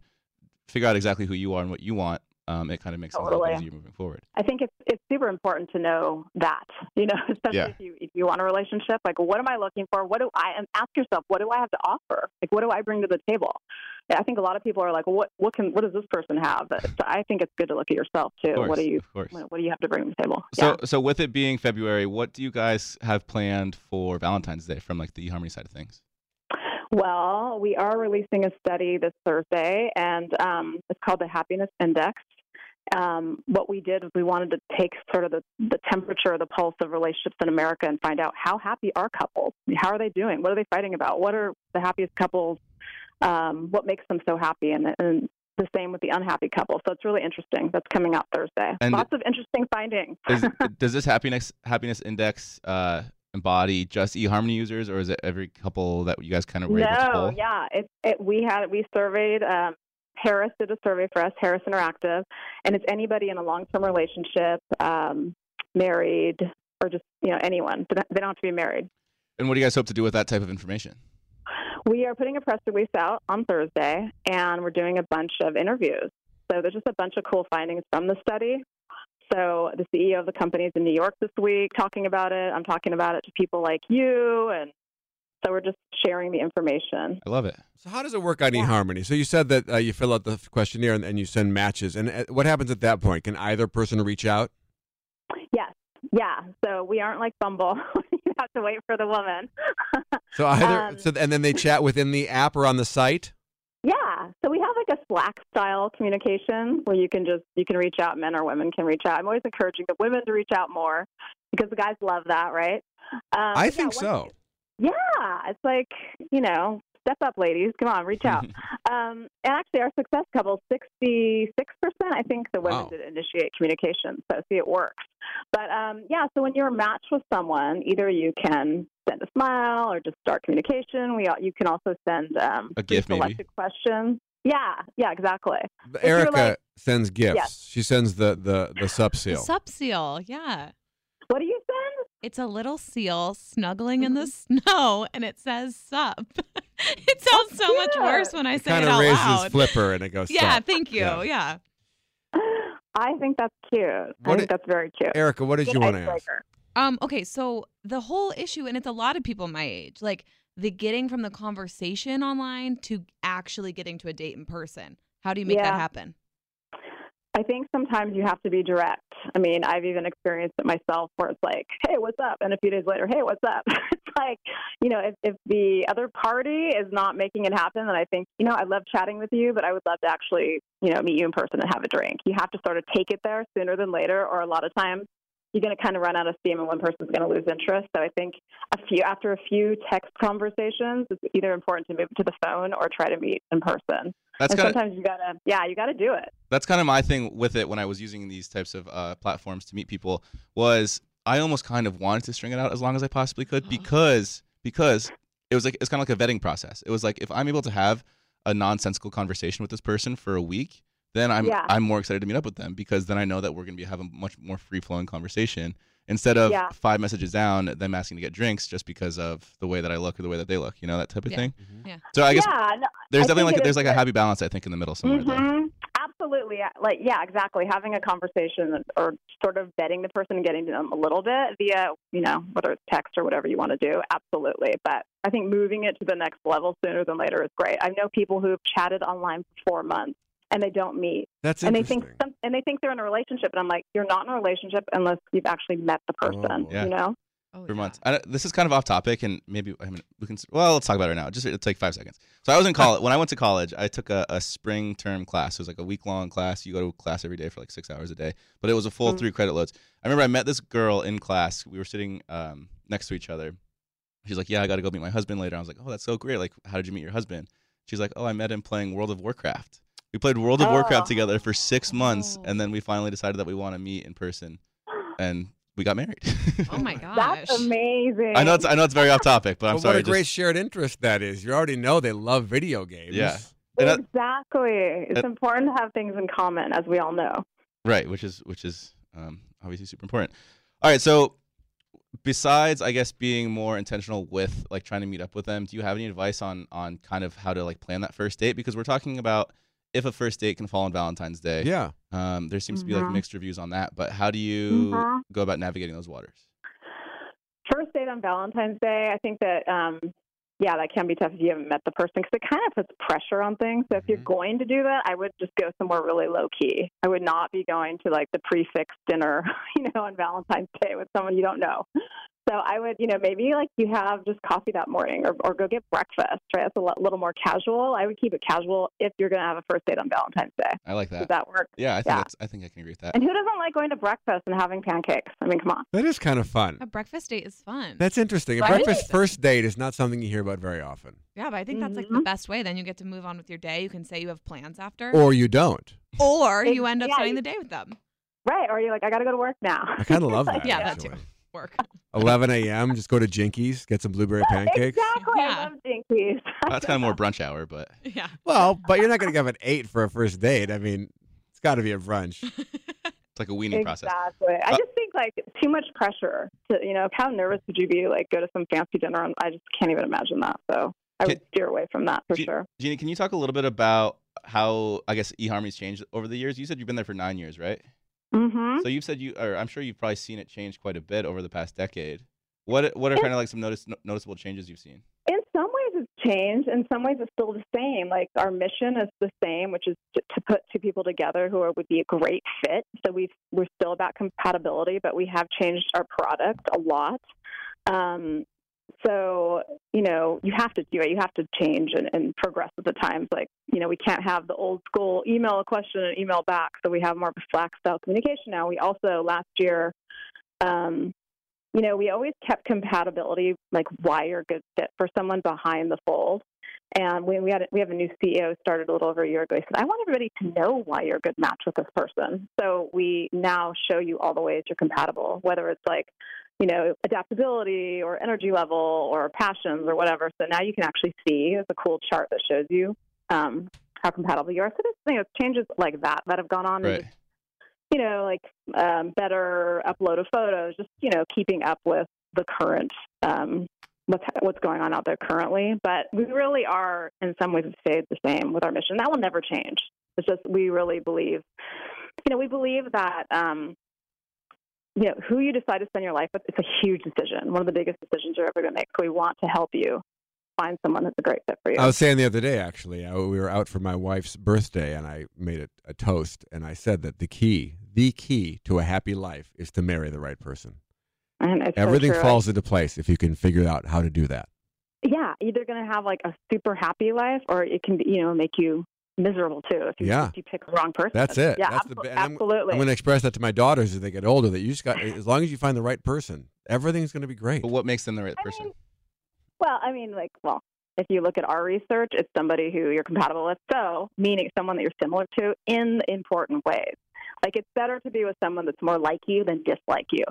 B: figure out exactly who you are and what you want, um, it kind of makes things a lot
A: Totally.
B: easier moving forward.
A: I think it's it's super important to know that, you know, especially
B: Yeah.
A: if you if you want a relationship, like what am I looking for? What do I and ask yourself, what do I have to offer? Like what do I bring to the table? Yeah, I think a lot of people are like, what what can what does this person have? But so I think it's good to look at yourself too.
B: Of course,
A: what do you
B: Of course.
A: what do you have to bring to the table?
B: So
A: yeah.
B: so with it being February, what do you guys have planned for Valentine's Day from like the eHarmony side of things?
A: Well, we are releasing a study this Thursday, and um, it's called the Happiness Index. Um, what we did is we wanted to take sort of the, the temperature, the pulse of relationships in America, and find out how happy are couples? How are they doing? What are they fighting about? What are the happiest couples? Um, what makes them so happy? And, and the same with the unhappy couple. So it's really interesting. That's coming out Thursday.
B: And-
A: Lots of interesting findings.
B: Is, does this happiness happiness index uh, embody just eHarmony users, or is it every couple that you guys kind of were able to
A: No,
B: pull?
A: yeah, it, it, we had we surveyed. Um, Harris did a survey for us, Harris Interactive, and it's anybody in a long-term relationship, um, married, or just you know anyone. They don't they don't have to be married.
B: And what do you guys hope to do with that type of information?
A: We are putting a press release out on Thursday, and we're doing a bunch of interviews. So there's just a bunch of cool findings from the study. So the CEO of the company is in New York this week talking about it. I'm talking about it to people like you, and so we're just sharing the information.
B: I love it.
C: So how does it work on
A: Yeah.
C: eHarmony? So you said that uh, you fill out the questionnaire and, and you send matches. And uh, what happens at that point? Can either person reach out?
A: Yes. Yeah. So we aren't like Bumble. you have to wait for the woman.
C: So either
A: Um,
C: so and then they chat within the app or on the site.
A: yeah. So we have like a Slack style communication where you can just you can reach out, men or women can reach out. I'm always encouraging the women to reach out more because the guys love that, right? Um, but
C: I
A: yeah,
C: think
A: once
C: so.
A: Yeah, it's like you know, step up, ladies. Come on, reach out. um, and actually, our success couple, sixty-six percent, I think, the women
C: Wow.
A: did initiate communication. So see, it works. But um, yeah, so when you're matched with someone, either you can send a smile or just start communication. We all, you can also send um,
B: A gift, maybe.
A: selected questions. Yeah, yeah, exactly.
C: But
A: you're
C: Erica
A: like-
C: sends gifts.
A: Yes.
C: She sends the the the sub
E: The
C: seal.
E: sub seal, yeah.
A: What do you send?
E: It's a little seal snuggling in the snow, and it says sup. it sounds so much
A: cute.
E: worse when I
C: it
E: say it
C: kind of
E: out
C: raises
E: loud.
C: flipper and it goes.
E: yeah,
C: sup.
E: thank you.
C: Yeah.
E: Yeah.
A: I think that's cute. I
C: What
A: think
C: i-
A: that's very cute.
C: Erica, what did
A: Good
C: you want to ask?
A: icebreaker.
E: Um. Okay. So the whole issue, and it's a lot of people my age, like the getting from the conversation online to actually getting to a date in person. How do you make
A: Yeah.
E: that happen?
A: I think sometimes you have to be direct. I mean, I've even experienced it myself where it's like, hey, what's up? And a few days later, hey, what's up? it's like, you know, if, if the other party is not making it happen, then I think, you know, I love chatting with you, but I would love to actually, you know, meet you in person and have a drink. You have to sort of take it there sooner than later, or a lot of times you're going to kind of run out of steam and one person's going to lose interest. So I think a few after a few text conversations, it's either important to move to the phone or try to meet in person.
B: That's
A: and
B: kind of
A: sometimes you gotta, yeah, you gotta do it.
B: that's kind of my thing with it when I was using these types of uh, platforms to meet people was I almost kind of wanted to string it out as long as I possibly
A: Uh-huh.
B: could because because it was like it's kind of like a vetting process. It was like if I'm able to have a nonsensical conversation with this person for a week, then I'm
A: Yeah.
B: I'm more excited to meet up with them because then I know that we're gonna be having a much more free flowing conversation instead of
A: Yeah.
B: five messages down them asking to get drinks just because of the way that I look or the way that they look, you know that type of
E: Yeah.
B: thing.
C: Mhm.
E: Yeah.
B: So I guess
A: yeah, no,
B: there's
A: I
B: definitely
A: think
B: like
A: it
B: there's
A: is
B: like a
A: good.
B: happy balance I think in the middle somewhere. though.
A: Mhm. Absolutely. Like, yeah, exactly. Having a conversation or sort of vetting the person and getting to them a little bit via, you know, whether it's text or whatever you want to do. Absolutely. But I think moving it to the next level sooner than later is great. I know people who've chatted online for four months and they don't meet
C: That's
A: and they
C: interesting.
A: think some, and they think they're in a relationship and I'm like you're not in a relationship unless you've actually met the person
C: Oh.
B: Yeah.
A: you know
E: Oh,
B: for
E: yeah.
B: months. I, don't- this is kind of off topic, and maybe I mean, we can. Well, let's talk about it right now. Just it'll take five seconds. So I was in college. when I went to college, I took a, a spring term class. It was like a week long class. You go to class every day for like six hours a day, but it was a full
E: Mm-hmm.
A: Mhm.
B: three credit loads. I remember I met this girl in class. We were sitting um, next to each other. She's like, "Yeah, I got to go meet my husband later." I was like, "Oh, that's so great! Like, how did you meet your husband?" She's like, "Oh, I met him playing World of Warcraft. We played World of Warcraft
A: Oh.
B: together for six months,
E: Oh.
B: and then we finally decided that we want to meet in person, and we got married."
E: Oh my gosh.
A: that's amazing
B: I know it's I know it's very off topic, but I'm
C: But
B: sorry.
C: what a
B: just-
C: great shared interest that is. You already know they love video games.
B: Yeah. and that-
A: exactly it's
B: Uh,
A: important to have things in common as we all know
B: right, which is which is um, obviously super important. All right, so besides I guess being more intentional with like trying to meet up with them, do you have any advice on on kind of how to like plan that first date? Because we're talking about if a first date can fall on Valentine's Day.
C: Yeah.
B: Um, there seems to be like
A: Mhm.
B: mixed reviews on that, but how do you
A: Mhm.
B: go about navigating those waters?
A: first date on Valentine's Day, I think that um, yeah, that can be tough if you haven't met the person because it kind of puts pressure on things. So if you're
B: Mhm.
A: going to do that, I would just go somewhere really low key. I would not be going to like the prefix dinner, you know, on Valentine's Day with someone you don't know. So I would, you know, maybe like you have just coffee that morning or, or go get breakfast, right? That's a li- little more casual. I would keep it casual if you're going to have a first date on Valentine's Day.
B: I like
A: Does
B: that.
A: that work?
B: Yeah, I think
A: yeah.
B: That's, I think I can agree with that.
A: And who doesn't like going to breakfast and having pancakes? I mean, come on.
C: That is kind of fun.
E: A breakfast date is fun.
C: That's interesting. A
A: Right?
C: breakfast first date is not something you hear about very often,
E: yeah, but I think that's like the
A: Mhm.
E: best way. Then you get to move on with your day. You can say you have plans after,
C: or you don't.
E: or
A: Ex-
E: you end up
A: yeah,
E: starting
A: you-
E: the day with them.
A: Right. Or you're like, I got to go to work now.
C: I kind of love that.
E: Yeah, that
C: actually.
E: Work.
C: 11 a.m. Just go to Jinkies, get some blueberry pancakes.
A: Exactly.
E: Yeah.
A: I love dinkies.
B: That's kind of more brunch hour, but
E: yeah.
C: Well, but you're not going to have an eight for a first date. I mean, it's got to be a brunch.
B: it's like a weaning
A: exactly.
B: process.
A: I
B: Uh,
A: just think like too much pressure. To you know, how nervous would you be like go to some fancy dinner? And I just can't even imagine that. So I
B: Can-
A: would steer away from that for
B: Do you-
A: sure.
B: Jeannie, can you talk a little bit about how I guess eHarmony's changed over the years? You said you've been there for nine years, right?
A: Mm-hmm.
B: So you've said you, or I'm sure you've probably seen it change quite a bit over the past decade. What what are kind of like some notice, noticeable changes you've seen?
A: In some ways, it's changed. In some ways, it's still the same. Like our mission is the same, which is to, to put two people together who are, would be a great fit. So we we're still about compatibility, but we have changed our product a lot. Um, so you know, you have to do it. You have to change and, and progress with the times. Like you know, we can't have the old school email a question and email back. So we have more of a Slack style communication now. We also last year. Um, you know, we always kept compatibility, like why you're a good fit for someone behind the fold. And when we had we have a new CEO started a little over a year ago, he said, I want everybody to know why you're a good match with this person. So we now show you all the ways you're compatible, whether it's like, you know, adaptability or energy level or passions or whatever. So now you can actually see it's a cool chart that shows you um, how compatible you are. So there's you know, changes like that that have gone on. and
B: Right.
A: you know, like um, better upload of photos, just you know, keeping up with the current um, what's what's going on out there currently. But we really are, in some ways, have stayed the same with our mission. That will never change. It's just we really believe, you know, we believe that. Um, you know, who you decide to spend your life with, it's a huge decision. One of the biggest decisions you're ever going to make. So we want to help you find someone that's a great fit for you.
C: I was saying the other day, actually, I, we were out for my wife's birthday, and I made a, a toast, and I said that the key, the key to a happy life, is to marry the right person.
A: and it's so
C: Everything
A: true.
C: falls into place if you can figure out how to do that.
A: yeah, either going to have like a super happy life or it can, be, you know, make you miserable too if you,
C: Yeah.
A: if you pick the wrong person.
C: That's it.
A: Yeah,
C: That's the
A: abso-
C: ba- and I'm-
A: absolutely.
C: I'm going to express that to my daughters as they get older. That you just got, as long as you find the right person, everything's going to be great.
B: But what makes them the right
A: I
B: person?
A: mean, well, I mean, like, well, if you look at our research, it's somebody who you're compatible with. So, meaning someone that you're similar to in important ways. Like, it's better to be with someone that's more like you than dislike you.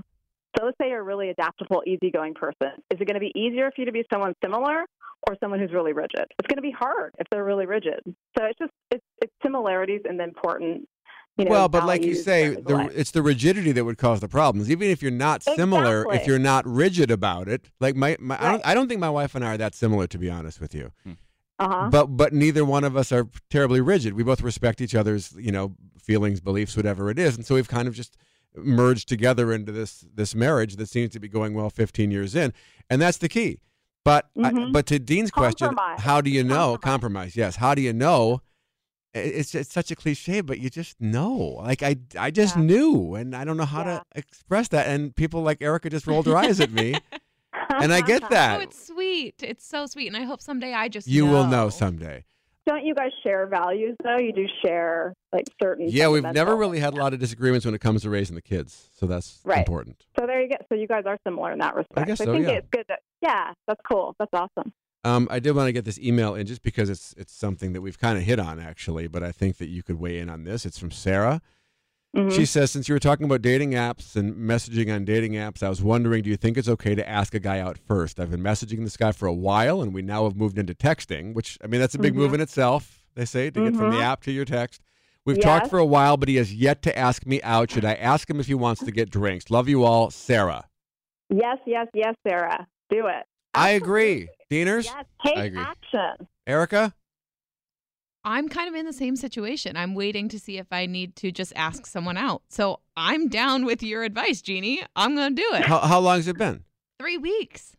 A: So, let's say you're a really adaptable, easygoing person. Is it going to be easier for you to be someone similar or someone who's really rigid? It's going to be hard if they're really rigid. So, it's just it's, it's similarities and the important. You know,
C: well, but like you
A: values
C: say,
A: of
C: the,
A: life.
C: it's the rigidity that would cause the problems. Even if you're not similar, if
A: Exactly.
C: you're not rigid about it, like my, my I, don't,
A: Right.
C: I don't think my wife and I are that similar, to be honest with you.
A: uh-huh.
C: But but neither one of us are terribly rigid. We both respect each other's, you know, feelings, beliefs, whatever it is, and so we've kind of just merged together into this this marriage that seems to be going well 15 years in, and that's the key. But I-
A: Mhm.
C: but to Dean's question,
A: Compromise.
C: how do you know compromise?
A: Compromise.
C: yes, how do you know? I- It's it's such a cliche, but you just know. Like I I just
A: Yeah.
C: knew, and I don't know how to express that. And people like Erica just rolled her eyes at me, and I get
E: Oh,
C: that.
E: it's sweet. It's so sweet, and I hope someday I just
C: You will know someday.
A: Don't you guys share values though? You do share like certain.
C: Yeah, we've never
A: fundamental-
C: really had a lot of disagreements when it comes to raising the kids, so that's
A: Right.
C: important.
A: So there you go. So you guys are similar in that respect.
C: guess
A: I
C: so,
A: think
C: yeah.
A: it's good. That, yeah, that's cool. That's awesome.
C: Um, I did want to get this email in just because it's it's something that we've kind of hit on actually, but I think that you could weigh in on this. It's from Sarah.
A: Mhm.
C: She says, since you were talking about dating apps and messaging on dating apps, I was wondering, do you think it's okay to ask a guy out first? I've been messaging this guy for a while, and we now have moved into texting, which I mean that's a big move
A: Mhm.
C: in itself. They say to get from the
A: Mhm.
C: app to your text. We've
A: Yes.
C: talked for a while, but he has yet to ask me out. Should I ask him if he wants to get drinks? Love you all, Sarah.
A: Yes, yes, yes, Sarah. Do it.
C: I agree. Deaners,
A: Yes, take
B: I agree.
A: action.
C: Erica,
E: I'm kind of in the same situation. I'm waiting to see if I need to just ask someone out. So I'm down with your advice, Jeannie. I'm gonna do it.
C: how, how long has it been?
E: Three weeks.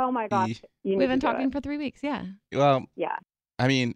A: Oh my gosh. You need
E: We've been
A: to do
E: talking
A: it.
E: for three weeks. Yeah.
B: E, Well,
A: Yeah.
B: I mean,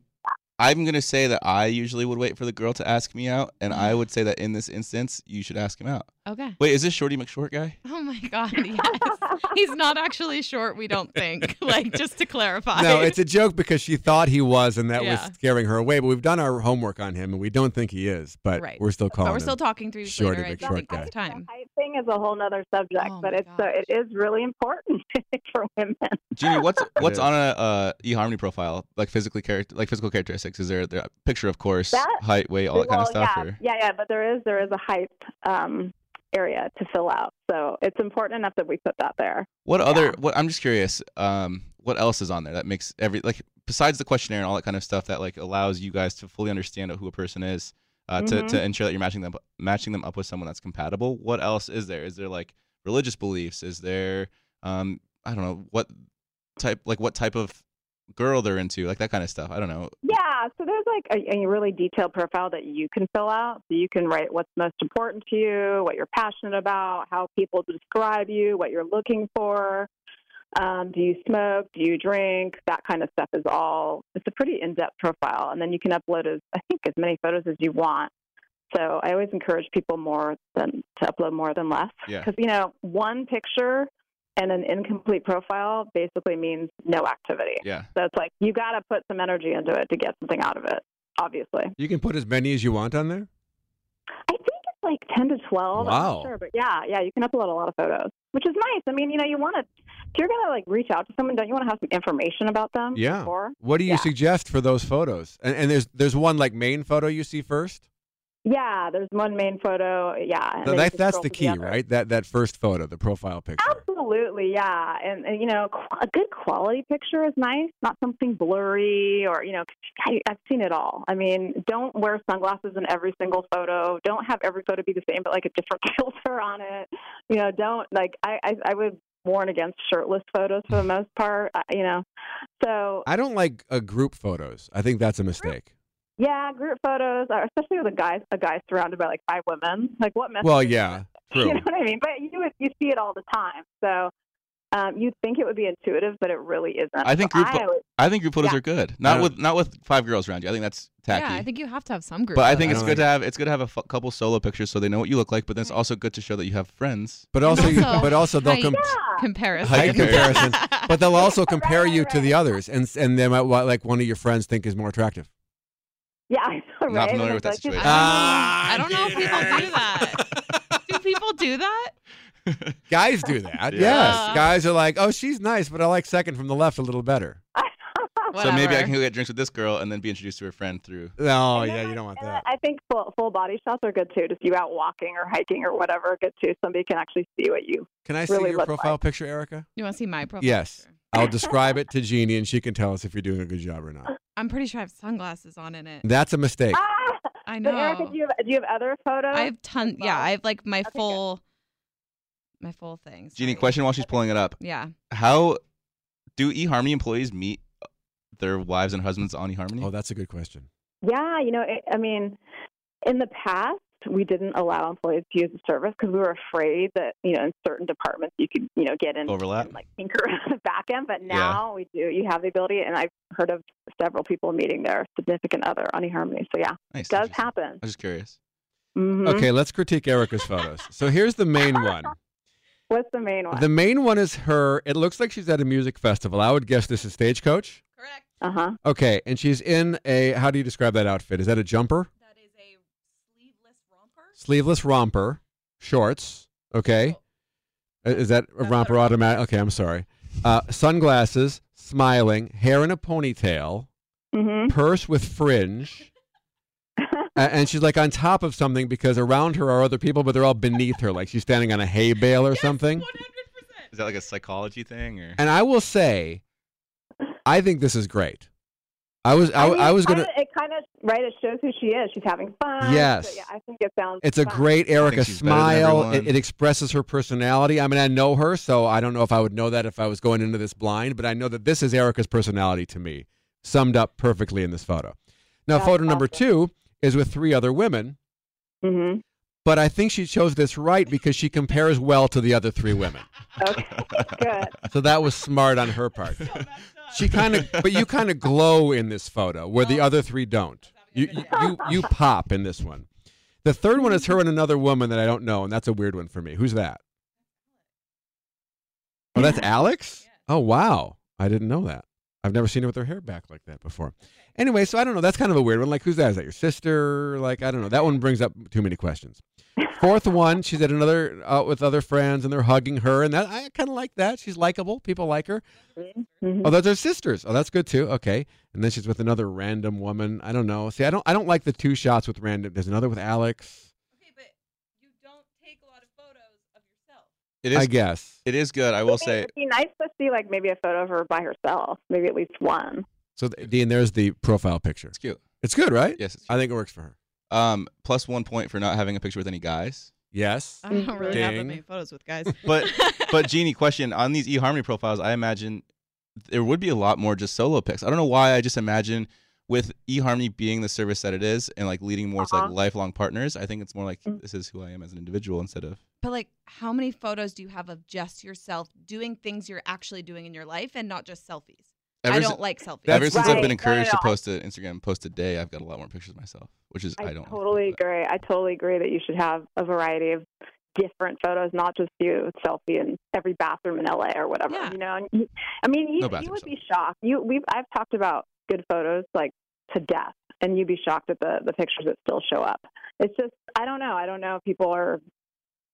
B: I'm gonna say that I usually would wait for the girl to ask me out, and
A: Mm-hmm.
B: I would say that in this instance, you should ask him out.
E: Okay.
B: Wait, is this Shorty McShort guy?
E: Oh my God. Yes. He's not actually short. We don't think. Like just to clarify.
C: No, it's a joke because she thought he was, and that
E: Yeah.
C: was scaring her away. But we've done our homework on him, and we don't think he is. But
E: Right.
C: we're still calling.
E: but we're still
C: him.
E: talking three weeks
C: Shorty
E: later. I
C: big
E: just
C: short
E: think
C: guy.
E: it's time.
A: The height thing is a whole nother subject,
E: Oh
A: but
E: my
A: it's so it is really important for women.
B: Jeannie, what's what's
C: is.
B: on a uh, eHarmony profile? Like physically character, like physical characteristics? Is there there a picture, of course,
A: That-
B: height, weight, all that kind of
A: Well,
B: stuff?
A: Yeah,
B: or-
A: yeah, yeah. But there is there is a height um, area to fill out, so it's important enough that we put that there.
B: What other? What I'm just curious. Um, what else is on there that makes every like besides the questionnaire and all that kind of stuff that like allows you guys to fully understand who a person is, uh, to
A: Mhm.
B: to ensure that you're matching them matching them up with someone that's compatible. What else is there? Is there like religious beliefs? Is there um I don't know what type like what type of girl they're into like that kind of stuff. I don't know.
A: Yeah, so there's like a, a really detailed profile that you can fill out. So you can write what's most important to you, what you're passionate about, how people describe you, what you're looking for. Um, do you smoke? Do you drink? That kind of stuff is all. It's a pretty in-depth profile, and then you can upload as I think as many photos as you want. So I always encourage people more than to upload more than less
B: Yeah.
A: because you know one picture and an incomplete profile basically means no activity.
B: Yeah.
A: So it's like you got to put some energy into it to get something out of it. Obviously,
C: You can put as many as you want on there.
A: I think it's like ten to twelve. I'm not
C: Wow.
A: sure, but yeah, yeah, you can upload a lot of photos, which is nice. I mean, you know, you want to if you're gonna like reach out to someone, don't you want to have some information about them?
C: Yeah.
A: Before?
C: What do you
A: Yeah.
C: suggest for those photos? And, and there's there's one like main photo you see first.
A: Yeah. There's one main photo. Yeah. and
C: So
A: then you
C: that,
A: can
C: that's
A: scroll
C: the
A: to
C: key,
A: other.
C: right? That that first photo, the profile picture.
A: Absolutely, yeah, and, and, you know, qu- a good quality picture is nice, not something blurry or you know, 'cause I, I've seen it all. I mean, don't wear sunglasses in every single photo. Don't have every photo be the same, but like a different filter on it. You know, don't like I I, I would warn against shirtless photos for the most part. uh, You know, so
C: I don't like uh, group photos. I think that's a mistake.
A: yeah, group photos, are, especially with a guy a guy surrounded by like five women. Like what message?
C: Well,
A: is
C: yeah,
A: You know
C: true.
A: what I mean? But you you see it all the time. So um, you'd think it would be intuitive, but it really isn't.
B: I think
A: So
B: group pho-
A: always-
B: I think group photos
A: Yeah.
B: are good.
C: I
B: Not
C: don't-
B: with not with five girls around you. I think that's tacky.
E: Yeah, I think you have to have some group.
B: but I think
C: I
B: it's
C: don't
B: good to have it's good to have a f- couple solo pictures so they know what you look like. But then it's also good to show that you have friends.
C: But also, you,
E: also
C: but also they'll
E: height.
C: com-
A: yeah.
E: comparison.
C: Height comparison. but they'll also compare
A: right,
C: you to
A: right.
C: the others, and and they might wa- like one of your friends think is more attractive.
A: Yeah, I know,
B: Not
A: right?
B: familiar
A: And
B: with
A: it's
B: that
A: like,
B: situation.
E: Ah, I don't know if people
C: dinner.
E: do that. Do people do that?
C: Guys do that.
B: Yeah.
C: Yes.
E: Yeah.
C: Guys are like, oh, she's nice, but I like second from the left a little better.
B: so maybe I
E: Whatever.
B: can go get drinks with this girl and then be introduced to her friend through.
C: No, Oh,
A: And
C: yeah,
A: then
C: you
A: I-
C: don't want
A: and
C: that.
A: I think full, full body shots are good too. Just you out walking or hiking or whatever are good too. Somebody can actually see what you.
C: Can I see
A: really
C: your
A: look
C: profile picture, Erica?
E: You want to see my profile?
C: Yes.
E: picture?
C: I'll describe it to Jeannie and she can tell us if you're doing a good job or not.
E: I'm pretty sure I have sunglasses on in it.
C: That's a mistake.
A: Ah!
E: I know.
A: But Erica, do you have, do you have other photos?
E: I have ton. Yeah,
A: Wow.
E: I have like my
A: good.
E: full, my full thing.
B: Jeannie,
E: sorry.
B: question while she's pulling it up.
E: Yeah.
B: How do eHarmony employees meet their wives and husbands on
C: Oh,
B: eHarmony?
C: that's a good question.
A: Yeah, you know, it, I mean, in the past, we didn't allow employees to use the service because we were afraid that, you know, in certain departments you could, you know, get in
B: Overlap?
A: and like tinker around the back end. But now we do. You have the ability, and I've heard of several people meeting their significant other on eHarmony. So yeah,
B: nice.
A: it does
B: interesting.
A: happen.
B: I'm just curious.
A: hmm
C: Okay, let's critique Erica's photos. So here's the main one.
A: What's the main one?
C: The main one is her. It looks like she's at a music festival. I would guess this is Stagecoach.
E: Correct.
A: uh huh.
C: Okay, and she's in a. How do you describe that outfit? Is that a jumper?
E: That is a sleeveless romper.
C: Sleeveless romper, shorts. Okay. Uh, Is that a
E: That's
C: romper
E: a-
C: automatic? Okay, I'm sorry. Uh, sunglasses, smiling, hair in a ponytail,
A: Mm-hmm.
C: purse with fringe. A- And she's like on top of something because around her are other people, but they're all beneath her, like she's standing on a hay bale or something.
E: One hundred percent.
B: Is that like a psychology thing or?
C: And I will say, I think this is great. I was I,
A: mean,
C: I was gonna.
A: kinda- it kind of right. It shows who she is. She's having fun.
C: Yes.
A: So, yeah, I think it sounds.
C: It's a
A: fun.
C: great Erica
B: she's better than
C: smile. It,
B: everyone.
C: it expresses her personality. I mean, I know her, so I don't know if I would know that if I was going into this blind, but I know that this is Erica's personality to me, summed up perfectly in this photo. Now,
A: That's
C: photo number
A: awesome.
C: two is with three other women,
A: Mm-hmm.
C: but I think she chose this right because she compares well to the other three women.
A: Okay. good.
C: So that was smart on her part.
E: uh,
C: She kind of, but you kind of glow in this photo where
A: Oh.
C: the other three don't. You, you, you, you pop in this one. The third one is her and another woman that I don't know, and that's a weird one for me. Who's that? Oh, that's Alex? Oh, wow. I didn't know that. I've never seen her with her hair back like that before. Anyway, so I don't know. That's kind of a weird one. Like, who's that? Is that your sister? Like, I don't know. That one brings up too many questions. Fourth one, she's at another out with other friends, and they're hugging her, and that I kind of like that. She's likable. People like her.
A: Mhm.
C: Oh, those are sisters. Oh, that's good too. Okay. And then she's with another random woman. I don't know. See, I don't I don't like the two shots with random. There's another with Alex.
E: Okay, but you don't take a lot of photos of yourself.
B: It
C: I
B: is.
C: guess.
B: It is good. I will say.
A: it'd be nice to see like maybe a photo of her by herself, maybe at least one.
C: So th- Dean, there's the profile picture.
B: It's cute.
C: It's good, right?
B: Yes. It's
C: I think it works for her.
B: cute. Um, plus one point for not having a picture with any guys.
C: Yes.
E: I don't really have that
C: Ding.
E: many photos with guys.
B: But but Jeannie, question on these eHarmony profiles, I imagine there would be a lot more just solo pics. I don't know why. I just imagine with eHarmony being the service that it is and like leading more to
A: Uh-huh.
B: like lifelong partners, I think it's more like
A: Mm.
B: this is who I am as an individual instead of
E: But like, how many photos do you have of just yourself doing things you're actually doing in your life and not just selfies? I
B: ever,
E: don't
B: si-
E: like selfies.
B: ever
C: That's
B: since I've
A: right.
B: been
A: No,
B: encouraged to
A: no, no.
B: post an Instagram post a day, I've got a lot more pictures of myself, which is I,
A: I,
B: don't like,
A: totally
B: but-
A: agree. I totally agree that you should have a variety of different photos, not just you selfie in every bathroom in LA or whatever.
E: Yeah.
A: You know, and you, I mean, you,
B: No
A: you
B: bathroom
A: would be shocked. You, we've, I've talked about good photos like to death, and you'd be shocked at the the pictures that still show up. It's just, I don't know. I don't know if people are,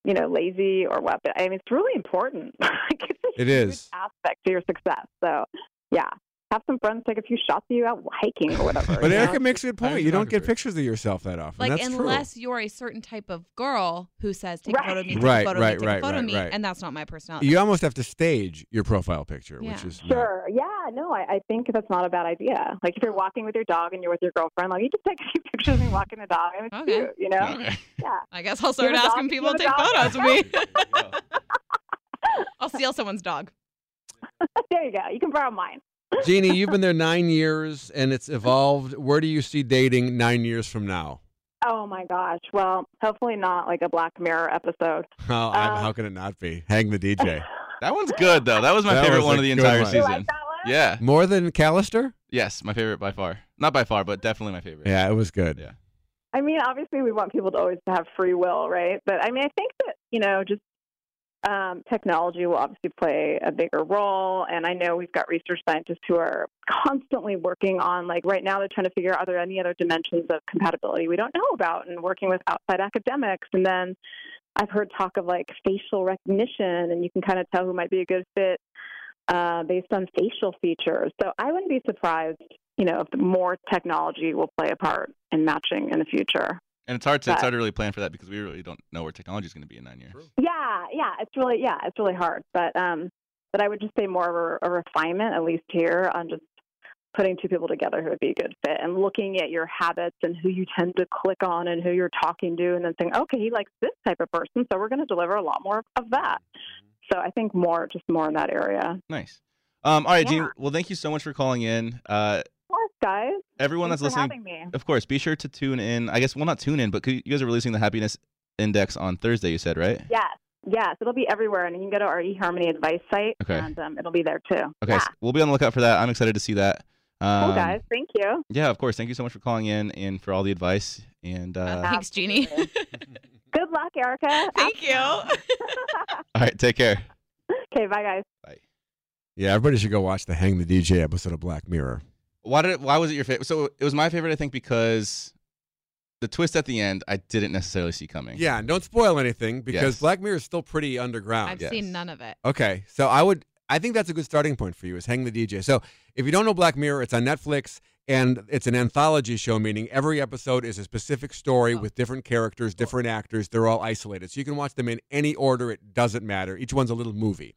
A: you know, lazy or what. But I mean, it's really important. like, it's a
C: It
A: huge
C: is.
A: aspect to your success. So, yeah. Have some friends take a few shots of you out hiking or whatever.
C: But
A: you know?
C: Erica makes a good
B: I'm a
C: point. You don't get
B: photographer.
C: pictures of yourself that often.
E: like
C: That's
E: unless you're a certain type of girl who says take a photo of me, take
C: Right.
E: a photo
C: Right,
E: of me, take
C: right,
E: a photo
C: right,
E: of me,
C: right.
E: and that's not my personality.
C: true. You almost have to stage your profile picture, which
E: Yeah.
C: is not-
A: Sure. Yeah. No, I, I think that's not a bad idea. Like if you're walking with your dog and you're with your girlfriend, like you just take a few pictures of me walking the dog, and it's
E: Okay.
A: cute, you know?
B: Okay.
A: Yeah.
E: I guess I'll start
A: have a dog?
E: asking
A: Do you
E: people to
A: have a
E: take
A: dog?
E: photos of me.
B: There you go.
E: I'll steal someone's dog.
A: There you go. You can borrow mine.
C: Jeannie, you've been there nine years and it's evolved. Where do you see dating nine years from now?
A: Oh my gosh. Well, hopefully not like a Black Mirror episode.
C: Oh, I'm-
A: Um,
C: how can it not be? Hang the DJ.
B: That one's good though. That was my
C: That
B: favorite
C: was
B: one
C: a
B: of the
C: good
B: entire
C: one.
A: You
B: season.
A: like that one?
B: Yeah.
C: More than Callister?
B: Yes, my favorite by far. Not by far, but definitely my favorite.
C: Yeah, it was good.
B: Yeah.
A: I mean, obviously we want people to always have free will, right? But I mean, I think that you know, just um, technology will obviously play a bigger role. And I know we've got research scientists who are constantly working on, like right now, they're trying to figure out are there any other dimensions of compatibility we don't know about, and working with outside academics. And then I've heard talk of like facial recognition, and you can kind of tell who might be a good fit uh, based on facial features. So I wouldn't be surprised, you know, if more technology will play a part in matching in the future.
B: And it's hard to it's
A: But-
B: hard to really plan for that because we really don't know where technology is going to be in nine years.
A: Yeah, yeah, it's really yeah, it's really hard, but um, but I would just say more of a, a refinement at least here on just putting two people together who would be a good fit and looking at your habits and who you tend to click on and who you're talking to and then saying, okay, he likes this type of person, so we're going to deliver a lot more of that.
B: Mm-hmm.
A: So I think more, just more in that area.
B: Nice. Um, all right,
A: Yeah.
B: Jean. Well, thank you so much for calling in. Uh,
A: Of course, guys.
B: everyone
A: Thanks
B: that's
A: for
B: listening,
A: having me.
B: of course, be sure to tune in. I guess well, not tune in, but could- you guys are releasing the happiness index on Thursday. You said right?
A: Yes, yes, it'll be everywhere, and you can go to our eHarmony advice site,
B: Okay.
A: and um, it'll be there too.
B: Okay,
A: yeah.
B: so we'll be on the lookout for that. I'm excited to see that. Um,
A: cool guys, thank you.
B: Yeah, of course. Thank you so much for calling in and for all the advice. And uh,
E: Thanks, Jeannie.
A: Good luck, Erica.
E: Thank you.
B: all right, take care.
A: Okay, bye, guys.
B: Bye.
C: Yeah, everybody should go watch the Hang the DJ episode of Black Mirror.
B: Why did it, why was it your favorite? So it was my favorite, I think, because the twist at the end I didn't necessarily see coming.
C: Yeah, and don't spoil anything because
B: Yes.
C: Black Mirror is still pretty underground.
E: I've
B: yes.
E: seen none of it.
C: Okay, so I would, I think that's a good starting point for you is Hang the DJ. So if you don't know Black Mirror, it's on Netflix and it's an anthology show, meaning every episode is a specific story
E: Oh.
C: with different characters, different actors. They're all isolated, so you can watch them in any order. It doesn't matter. Each one's a little movie.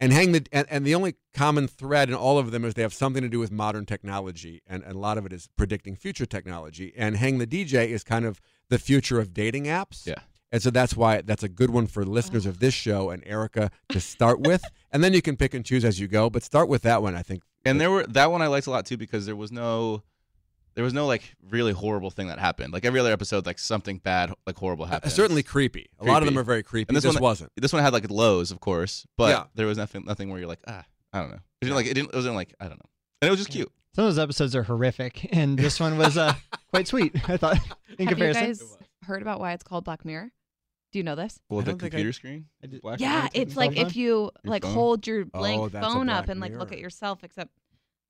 C: And hang the and, and the only common thread in all of them is they have something to do with modern technology, and, and a lot of it is predicting future technology. And hang the DJ is kind of the future of dating apps.
B: Yeah.
C: And so that's why that's a good one for listeners of this show and Erica to start with, and then you can pick and choose as you go. But start with that one, I think.
B: And there were that one I liked a lot too because there was no there was no like really horrible thing that happened. Like every other episode, like something bad, like horrible happened.
C: Uh, certainly creepy. A lot of them
B: Uh, Creepy.
C: are very creepy.
B: And this
C: this
B: one-
C: wasn't.
B: this one had like lows, of course, but
C: Yeah.
B: there was nothing nothing where you're like, ah, I don't know. It didn't
C: Yeah.
B: like it didn't it wasn't like I don't know. And it was just cute.
D: Some of those episodes are horrific, and this one was uh, quite sweet. I thought in
E: Have you
D: comparison.
E: guys heard about why it's called Black Mirror? Do you know this?
B: Well,
C: I
B: the
C: don't think I-
B: computer screen.
D: I did-
B: Black
E: yeah,
B: screen?
E: it's
D: your
E: like
D: phone?
E: if you
B: Your
E: like
B: phone?
E: hold your blank
C: Oh, that's a
E: phone up
C: Black
E: and like look
C: Mirror.
E: at yourself. Except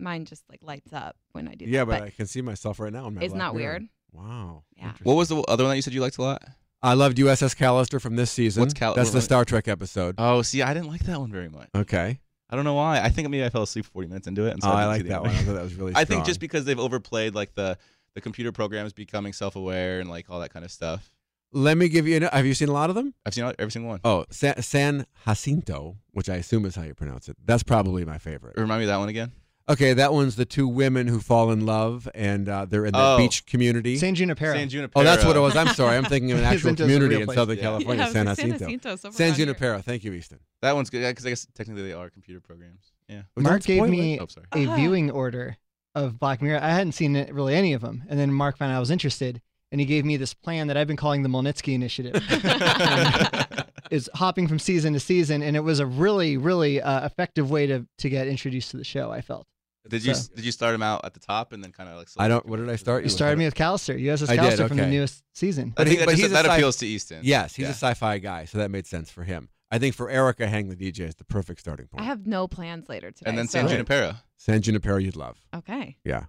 E: mine just like lights up when I do that.
C: Yeah, but, I can see myself right now. In my
E: Isn't
C: Black
E: that
C: Mirror.
E: weird?
C: Wow.
E: Yeah.
C: Interesting.
B: What was the other one that you said you liked a lot?
C: I loved USS Callister from this season.
B: What's Cal-
C: That's
B: what-
C: the Star Trek episode.
B: Oh, see, I didn't like that one very much.
C: Okay.
B: I don't know why. I think maybe I fell asleep 40 minutes into it. And so
C: oh, I
B: didn't see
C: like
B: the
C: that
B: ending.
C: one. I thought that was really.
B: I think just
C: strong.
B: because they've overplayed like the the computer programs becoming self-aware and like all that kind of stuff.
C: let me give you. An, have you seen a lot of them?
B: I've seen all- every single one.
C: Oh, San, San Jacinto, which I assume is how you pronounce it. That's probably my favorite.
B: Remind me of that one again.
C: Okay, that one's the two women who fall in love and uh, they're in the
B: Oh.
C: beach community.
D: San Junipero.
B: San Junipero.
C: oh, that's what it was. I'm sorry. I'm thinking of an actual
D: Jacinto's a
C: community
D: real
C: in
D: place.
C: Southern
B: Yeah.
C: California,
E: yeah,
C: Oh, San
E: it's like
C: Jacinto.
E: so
C: San
E: far down here.
C: Junipero. Thank you, Easton.
B: That one's good because I guess technically they are computer programs. Yeah.
C: Don't
D: Mark
C: spoil
D: gave
C: it.
D: me
B: Oh, sorry.
D: a
E: Ah.
D: viewing order of Black Mirror. I hadn't seen it, really any of them, and then Mark found out I was interested, and he gave me this plan that I've been calling the Molnitsky Initiative. is hopping from season to season, and it was a really, really uh, effective way to to get introduced to the show. I felt
B: did you
D: So-
B: did you start them out at the top and then kind of like?
C: I don't- what did I start
D: you
C: you
D: started me with Callister, USS
C: I
D: Callister
C: did,
D: from the
C: okay.
D: newest season.
B: I
C: But he-
B: think that,
C: but
B: just,
C: he's a
B: that
C: sci-
B: appeals to Easton.
C: Yes, he's a
B: Yeah.
C: sci-fi guy, so that made sense for him. I think for Erica, Hang the DJ is the perfect starting point.
E: I have no plans later today.
B: And then
E: so.
B: San
C: Okay.
B: Junipero.
C: San Junipero, you'd love.
E: Okay.
C: Yeah.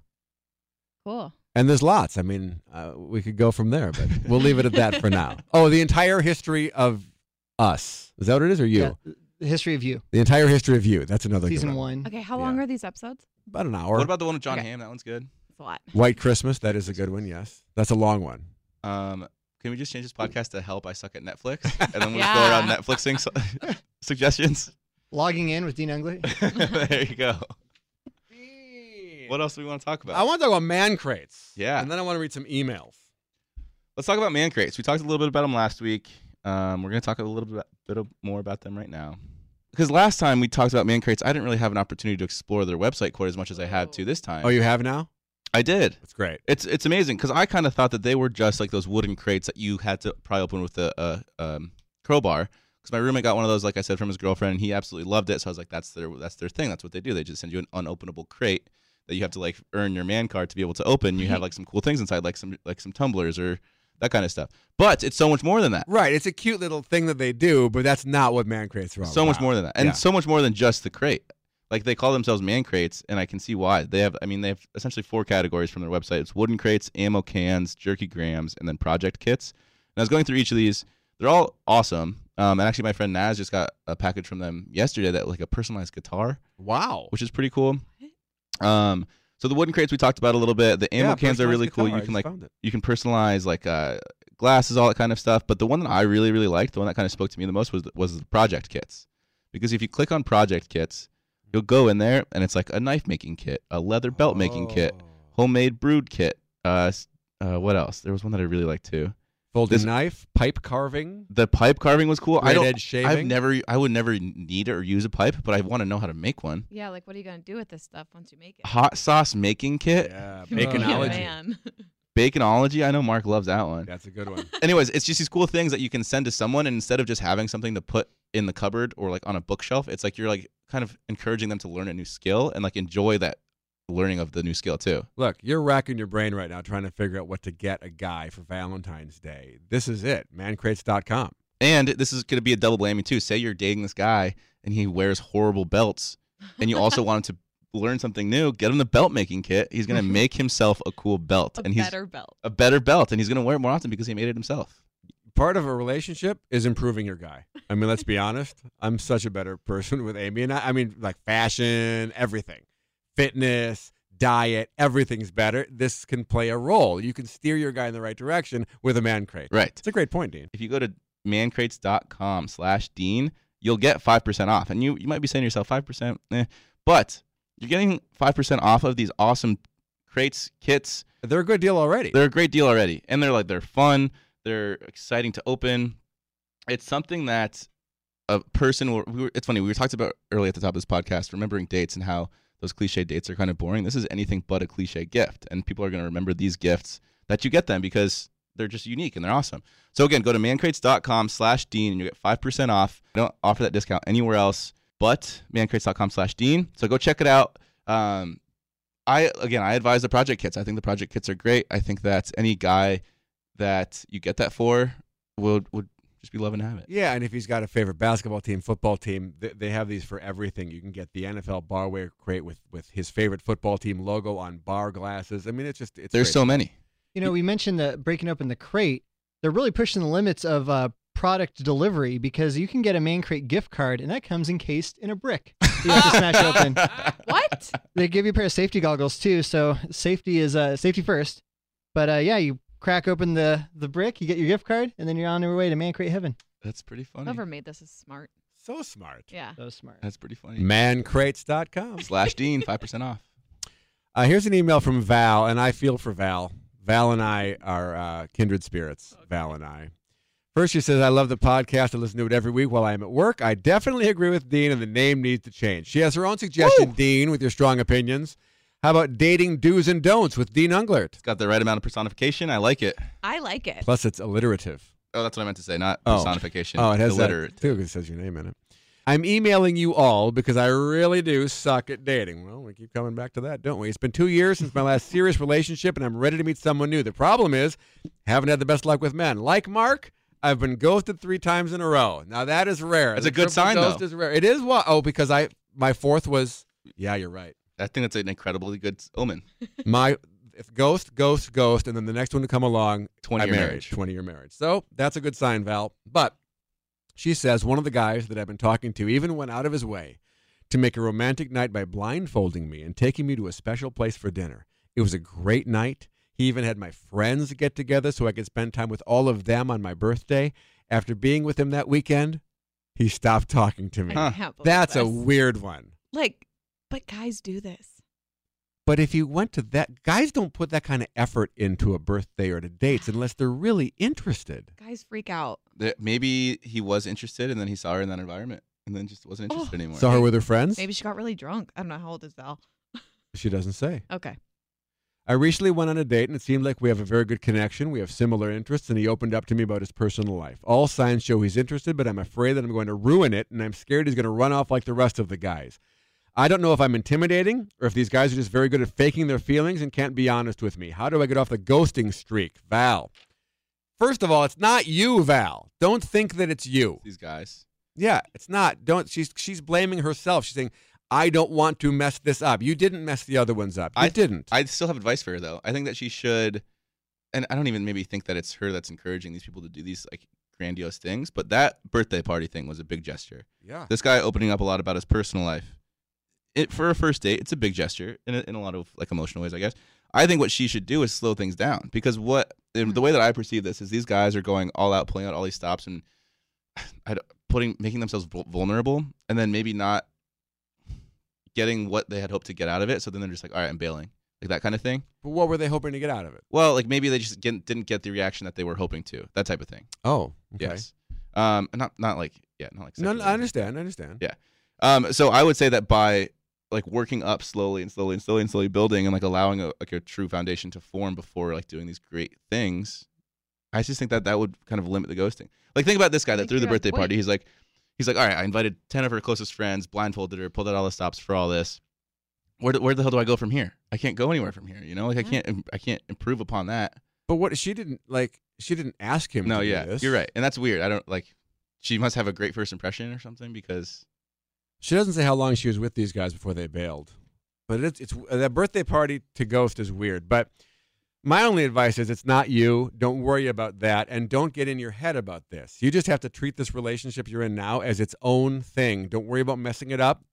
E: Cool.
C: And there's lots. I mean, uh, we could go from there, but we'll leave it at that for now. Oh, the entire history of us. Is that what it is, or you?
D: Yeah, the history of you,
C: The entire history of you. That's another good
D: season
B: Mm.
D: one.
E: Okay. How long
C: Yeah.
E: are these episodes?
C: About an hour.
B: What about the one with John
E: Okay.
B: Hamm? That one's good.
E: It's a lot.
C: White Christmas? That is a good one. Yes, that's a long one.
B: Um, can we just change this podcast to "Help I Suck at Netflix" and then we'll just
E: Yeah.
B: go around Netflixing su- suggestions?
D: Logging in with Dean Ungley.
B: there you go. What else do we want to talk about?
C: I want to talk about man crates.
B: Yeah.
C: and then I want to read some emails.
B: Let's talk about man crates. We talked a little bit about them last week. Um, we're going to talk a little bit, bit of- more about them right now. Because last time we talked about man crates, I didn't really have an opportunity to explore their website quite as much as I have to this time.
C: Oh, you have now?
B: I did.
C: That's great.
B: It's it's amazing because I kind of thought that they were just like those wooden crates that you had to pry open with a, a um, crowbar. Because my roommate got one of those, like I said, from his girlfriend, and he absolutely loved it. So I was like, that's their that's their thing. That's what they do. They just send you an unopenable crate that you have to like earn your man card to be able to open. You have like some cool things inside, like some like some tumblers or that kind of stuff. But it's so much more than that.
C: Right. It's a cute little thing that they do, but that's not what man crates are all
B: so much
C: about.
B: more than that, and
C: Yeah.
B: so much more than just the crate. Like they call themselves man crates, and I can see why. They have, I mean, they have essentially four categories from their website: it's wooden crates, ammo cans, jerky grams, and then project kits. And I was going through each of these; they're all awesome. Um, and actually, my friend Naz just got a package from them yesterday that like a personalized guitar,
C: Wow.
B: which is pretty cool. Um, so the wooden crates we talked about a little bit. The ammo
C: Yeah,
B: cans are
C: personalized
B: really cool.
C: guitar, I
B: You
C: just
B: can like
C: found it.
B: you can personalize like uh, glasses, all that kind of stuff. But the one that I really, really liked, the one that kind of spoke to me the most was was the project kits, because if you click on project kits, you'll go in there and it's like a knife making kit, a leather belt making kit,
C: Oh.
B: homemade brood kit. Uh, s- uh, what else? There was one that I really liked too.
C: folding
B: this-
C: knife, pipe carving,
B: The pipe carving was cool. I
C: red
B: don't.
C: edge shaving.
B: I've never. I would never need or use a pipe, but I want to know how to make one.
E: Yeah, like what are you gonna do with this stuff once you make it?
B: Hot sauce making kit,
C: Yeah,
E: You're gonna be a
C: baconology.
E: Oh, man.
B: baconology. I know Mark loves that one.
C: That's a good one.
B: anyways, it's just these cool things that you can send to someone, and instead of just having something to put in the cupboard or like on a bookshelf, it's like you're like kind of encouraging them to learn a new skill and like enjoy that learning of the new skill too.
C: Look, you're racking your brain right now trying to figure out what to get a guy for Valentine's Day. This is it. Mancrates.com.
B: And this is going to be a double whammy too. Say you're dating this guy and he wears horrible belts, and you also want him to learn something new. Get him the belt making kit. He's going to make himself a cool belt,
E: Mm-hmm. a
B: and he's
E: better belt.
B: a better belt, and he's going to wear it more often because he made it himself.
C: Part of a relationship is improving your guy. I mean, let's be honest. I'm such a better person with Amy and I. I mean, like fashion, everything, fitness, diet, everything's better. This can play a role. You can steer your guy in the right direction with a man crate.
B: Right.
C: It's a great point, Dean.
B: if you go to mancrates.com slash dean you'll get 5% off and you, you might be saying to yourself 5% eh. but you're getting 5% off of these awesome crates kits
C: They're a good deal already.
B: they're a great deal already and they're like they're fun they're exciting to open it's something that a person will we were, it's funny we were talked about early at the top of this podcast remembering dates and how those cliche dates are kind of boring this is anything but a cliche gift and people are going to remember these gifts that you get them because they're just unique and they're awesome so again go to mancrates.com slash dean and you get 5% off i don't offer that discount anywhere else but mancrates.com slash dean so go check it out um, I again, I advise the project kits. I think the project kits are great. I think that any guy that you get that for would would just be loving to have it.
C: Yeah, and if he's got a favorite basketball team, football team, th- they have these for everything. You can get the NFL barware crate with with his favorite football team logo on bar glasses. I mean, it's just it's
B: There's
C: great.
B: so many.
D: You know, we mentioned the breaking open the crate. They're really pushing the limits of uh, product delivery because you can get a man crate gift card and that comes encased in a brick. that You have to smash open.
E: What?
D: They give you a pair of safety goggles too, so safety is uh, safety first. But uh, yeah, you crack open the the brick, you get your gift card, and then you're on your way to man crate heaven.
B: That's pretty funny.
E: Whoever made this is smart.
C: so smart.
E: Yeah.
D: So smart.
B: That's pretty funny.
C: Mancrates.com.
B: Slash Dean, five percent off.
C: Uh, here's an email from Val, and I feel for Val. Val and I are uh, kindred spirits. Val and I. First, she says, I love the podcast. I listen to it every week while I am at work. I definitely agree with Dean, and the name needs to change. She has her own suggestion, Dean, with your strong opinions. How about dating do's and don'ts with Dean Unglert?
B: It's got the right amount of personification. I like it.
E: I like it.
C: Plus, it's alliterative.
B: Oh, that's what I meant to say, not
C: Oh.
B: personification.
C: Oh, it has
B: illiterate.
C: that too 'cause it says your name in it. I'm emailing you all because I really do suck at dating. Well, we keep coming back to that, don't we? It's been two years since my last serious relationship, and I'm ready to meet someone new. The problem is, haven't had the best luck with men. Like Mark, I've been ghosted three times in a row. Now that is rare.
B: That's
C: The
B: a good
C: triple
B: sign, though.
C: ghost Is rare. It is what? Oh, because I my fourth was. Yeah, you're right.
B: I think that's an incredibly good omen.
C: My if ghost, ghost, ghost, and then the next one to come along
B: Twenty year
C: I married,
B: marriage.
C: 20 year marriage. So that's a good sign, Val. But she says one of the guys that I've been talking to even went out of his way to make a romantic night by blindfolding me and taking me to a special place for dinner. It was a great night. He even had my friends get together so I could spend time with all of them on my birthday. After being with him that weekend, he stopped talking to me.
B: Huh.
E: I can't believe
C: That's a
E: this.
C: weird one.
E: like, but guys do this.
C: But if you went to that, guys don't put that kind of effort into a birthday or to dates unless they're really interested.
E: Guys freak out.
B: There- Maybe he was interested, and then he saw her in that environment, and then just wasn't
E: Oh.
B: interested anymore.
C: Saw her with her friends?
E: Maybe she got really drunk. I don't know how old is Val.
C: She doesn't say.
E: Okay.
C: I recently went on a date and it seemed like we have a very good connection. We have similar interests, and he opened up to me about his personal life. All signs show he's interested, but I'm afraid that I'm going to ruin it, and I'm scared he's going to run off like the rest of the guys. I don't know if I'm intimidating or if these guys are just very good at faking their feelings and can't be honest with me. How do I get off the ghosting streak? Val, First of all, it's not you, Val. Don't think that it's you.
B: These guys.
C: Yeah, it's not. Don't. She's she's blaming herself. She's saying, "I don't want to mess this up. You didn't mess the other ones up. You
B: I-
C: didn't."
B: I still have advice for her though. I think that she should, and I don't even maybe think that it's her that's encouraging these people to do these like grandiose things. But that birthday party thing was a big gesture.
C: yeah.
B: This guy opening up a lot about his personal life. It for a first date, it's a big gesture in a, in a lot of like emotional ways, I guess. I think what she should do is slow things down because what and
C: Hmm.
B: the way that I perceive this is these guys are going all out, pulling out all these stops, and I don't- putting making themselves vul- vulnerable, and then maybe not getting what they had hoped to get out of it. So then they're just like, all right, I'm bailing, like that kind of thing.
C: But what were they hoping to get out of it?
B: Well, like maybe they just get, didn't get the reaction that they were hoping to, that type of thing.
C: Oh,
B: Yes. Um, not not like yeah, not like
C: No, no,
B: sexually.
C: I understand. I understand.
B: Yeah. Um, so I would say that by like working up slowly and slowly and slowly and slowly building and like allowing a, like a true foundation to form before like doing these great things, I just think that that would kind of limit the ghosting. Like think about this guy
E: I
B: that
E: think
B: threw
E: you
B: the
E: have a
B: birthday
E: point.
B: party. He's like, he's like, all right, I invited ten of her closest friends, blindfolded her, pulled out all the stops for all this. Where the, where the hell do I go from here? I can't go anywhere from here. You know, like I
E: Yeah.
B: can't I can't improve upon that.
C: But what she didn't like, she didn't ask him.
B: No,
C: to do
B: yeah,
C: this.
B: you're right, and that's weird. I don't like. She must have a great first impression or something because
C: She doesn't say how long she was with these guys before they bailed. But it's it's that birthday party to ghost is weird. But my only advice is it's not you. Don't worry about that, and don't get in your head about this. You just have to treat this relationship you're in now as its own thing. Don't worry about messing it up.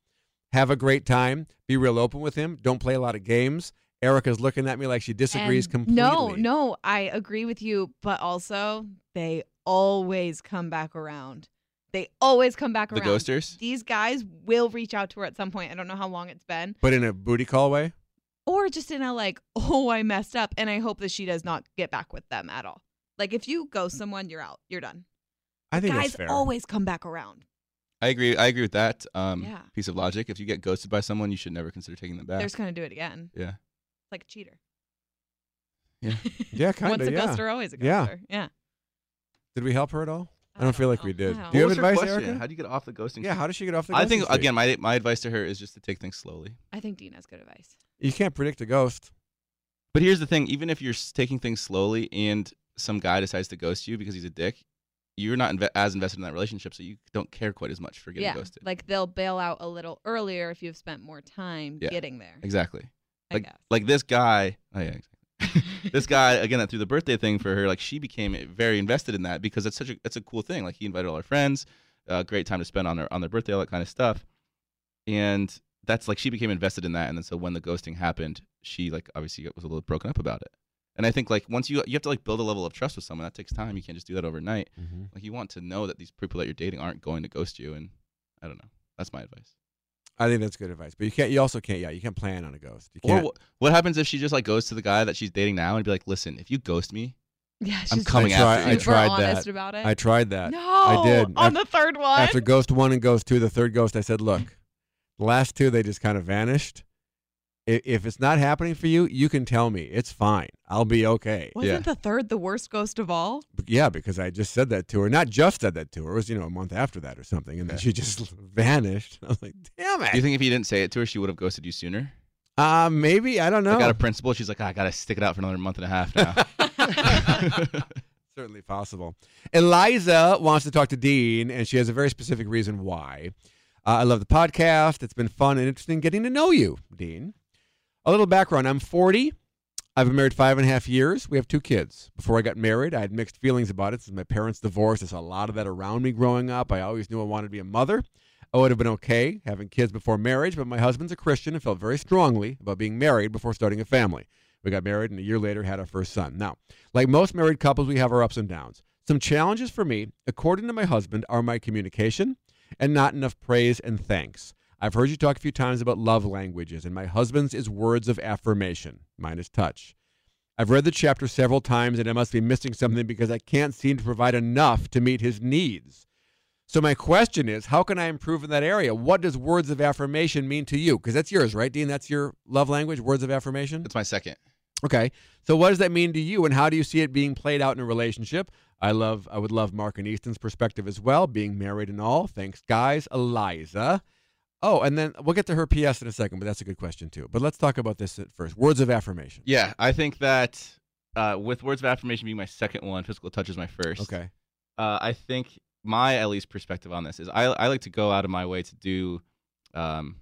C: Have a great time. Be real open with him. Don't play a lot of games. Erica's looking at me like she disagrees
E: And
C: completely.
E: No, no, I agree with you, but also they always come back around. They always come back
B: the
E: around.
B: ghosters.
E: These guys will reach out to her at some point. I don't know how long it's been,
C: But in a booty call way.
E: or just in a like, oh, I messed up, and I hope that she does not get back with them at all. Like if you ghost someone, you're out. You're done.
C: Mm. I think that's
E: Guys
C: fair.
E: always come back around.
B: I agree. I agree with that um,
E: Yeah.
B: piece of logic. If you get ghosted by someone, you should never consider taking them back.
E: They're just gonna do it again.
B: yeah,
E: Like a cheater.
B: Yeah.
C: yeah, kind
E: Once
C: of.
E: a
C: Yeah.
E: ghoster, always a
C: Yeah.
E: ghoster. Yeah.
C: Did we help her at all? I don't feel like we did.
E: know.
C: Do you have
B: What was your
C: advice,
B: question?
C: Erica?
B: How do you get off the ghosting?
C: Yeah,
B: streak?
C: how does she get off the?
B: I
C: ghosting
B: think
C: streak?
B: again, my my advice to her is just to take things slowly.
E: I think Dean has good advice.
C: you can't predict a ghost.
B: But here's the thing: even if you're s- taking things slowly, and some guy decides to ghost you because he's a dick, you're not inve- as invested in that relationship, so you don't care quite as much for getting
E: yeah.
B: ghosted.
E: Like they'll bail out a little earlier if you've spent more time
B: Yeah.
E: getting there.
B: exactly.
E: I
B: Like
E: guess.
B: like this guy. Oh yeah, this guy again that threw the birthday thing for her like she became very invested in that because it's such a it's a cool thing like he invited all her friends uh, great time to spend on their on their birthday all that kind of stuff and that's like she became invested in that and then so when the ghosting happened she like obviously was a little broken up about it and i think like once you you have to like build a level of trust with someone that takes time you can't just do that overnight like you want to know that these people that you're dating aren't going to ghost you and i don't know that's my advice
C: I think that's good advice, but you can't. You also can't. Yeah, you can't plan on a ghost. You
B: or
C: can't.
B: what, what happens if she just like goes to the guy that she's dating now and be like listen if you ghost me
E: yeah,
B: i'm
E: she's
B: coming
C: I try-
B: after you
C: I
E: super
C: tried
E: honest
C: that.
E: about it.
C: I tried that
E: no,
C: did.
E: on
C: After-
E: the third one.
C: after Ghost One and Ghost Two. The third ghost, I said, "Look, the last two, they just kind of vanished. I- If it's not happening for you, you can tell me. It's fine. I'll be okay."
E: Wasn't
B: yeah.
E: the third the worst ghost of all?
C: B- Yeah, because I just said that to her. Not just said that to her. It was you know a month after that or something, and then
B: Okay.
C: she just vanished. I was like, "Damn
B: Do you
C: it!"
B: think if you didn't say it to her, she would have ghosted you sooner?
C: Uh, maybe I don't know.
B: Like out of principle, she's like, "Ah, I gotta stick it out for another month and a half now.
C: Certainly possible. Eliza wants to talk to Dean, and she has a very specific reason why. Uh, I love the podcast. It's been fun and interesting getting to know you, Dean. A little background I'm 40. I've been married five and a half years. We have two kids. Before I got married, I had mixed feelings about it since my parents divorced. I saw a lot of that around me growing up. I always knew I wanted to be a mother. I would have been okay having kids before marriage, but my husband's a Christian and felt very strongly about being married before starting a family. We got married and a year later had our first son. Now, like most married couples, we have our ups and downs. Some challenges for me, according to my husband, are my communication and not enough praise and thanks. I've heard you talk a few times about love languages, and my husband's is words of affirmation. Mine is touch. I've read the chapter several times, and I must be missing something because I can't seem to provide enough to meet his needs. So, my question is how can I improve in that area? What does words of affirmation mean to you? Because that's yours, right, Dean? That's your love language, words of affirmation?
B: That's my second.
C: Okay. So what does that mean to you and how do you see it being played out in a relationship? I love I would love Mark and Easton's perspective as well, being married and all. Thanks guys, Eliza. Oh, and then we'll get to her PS in a second, but that's a good question too. But let's talk about this at first. Words of affirmation.
B: Yeah, I think that uh, with words of affirmation being my second one, physical touch is my first.
C: Okay.
B: Uh, I think my at least perspective on this is I I like to go out of my way to do um,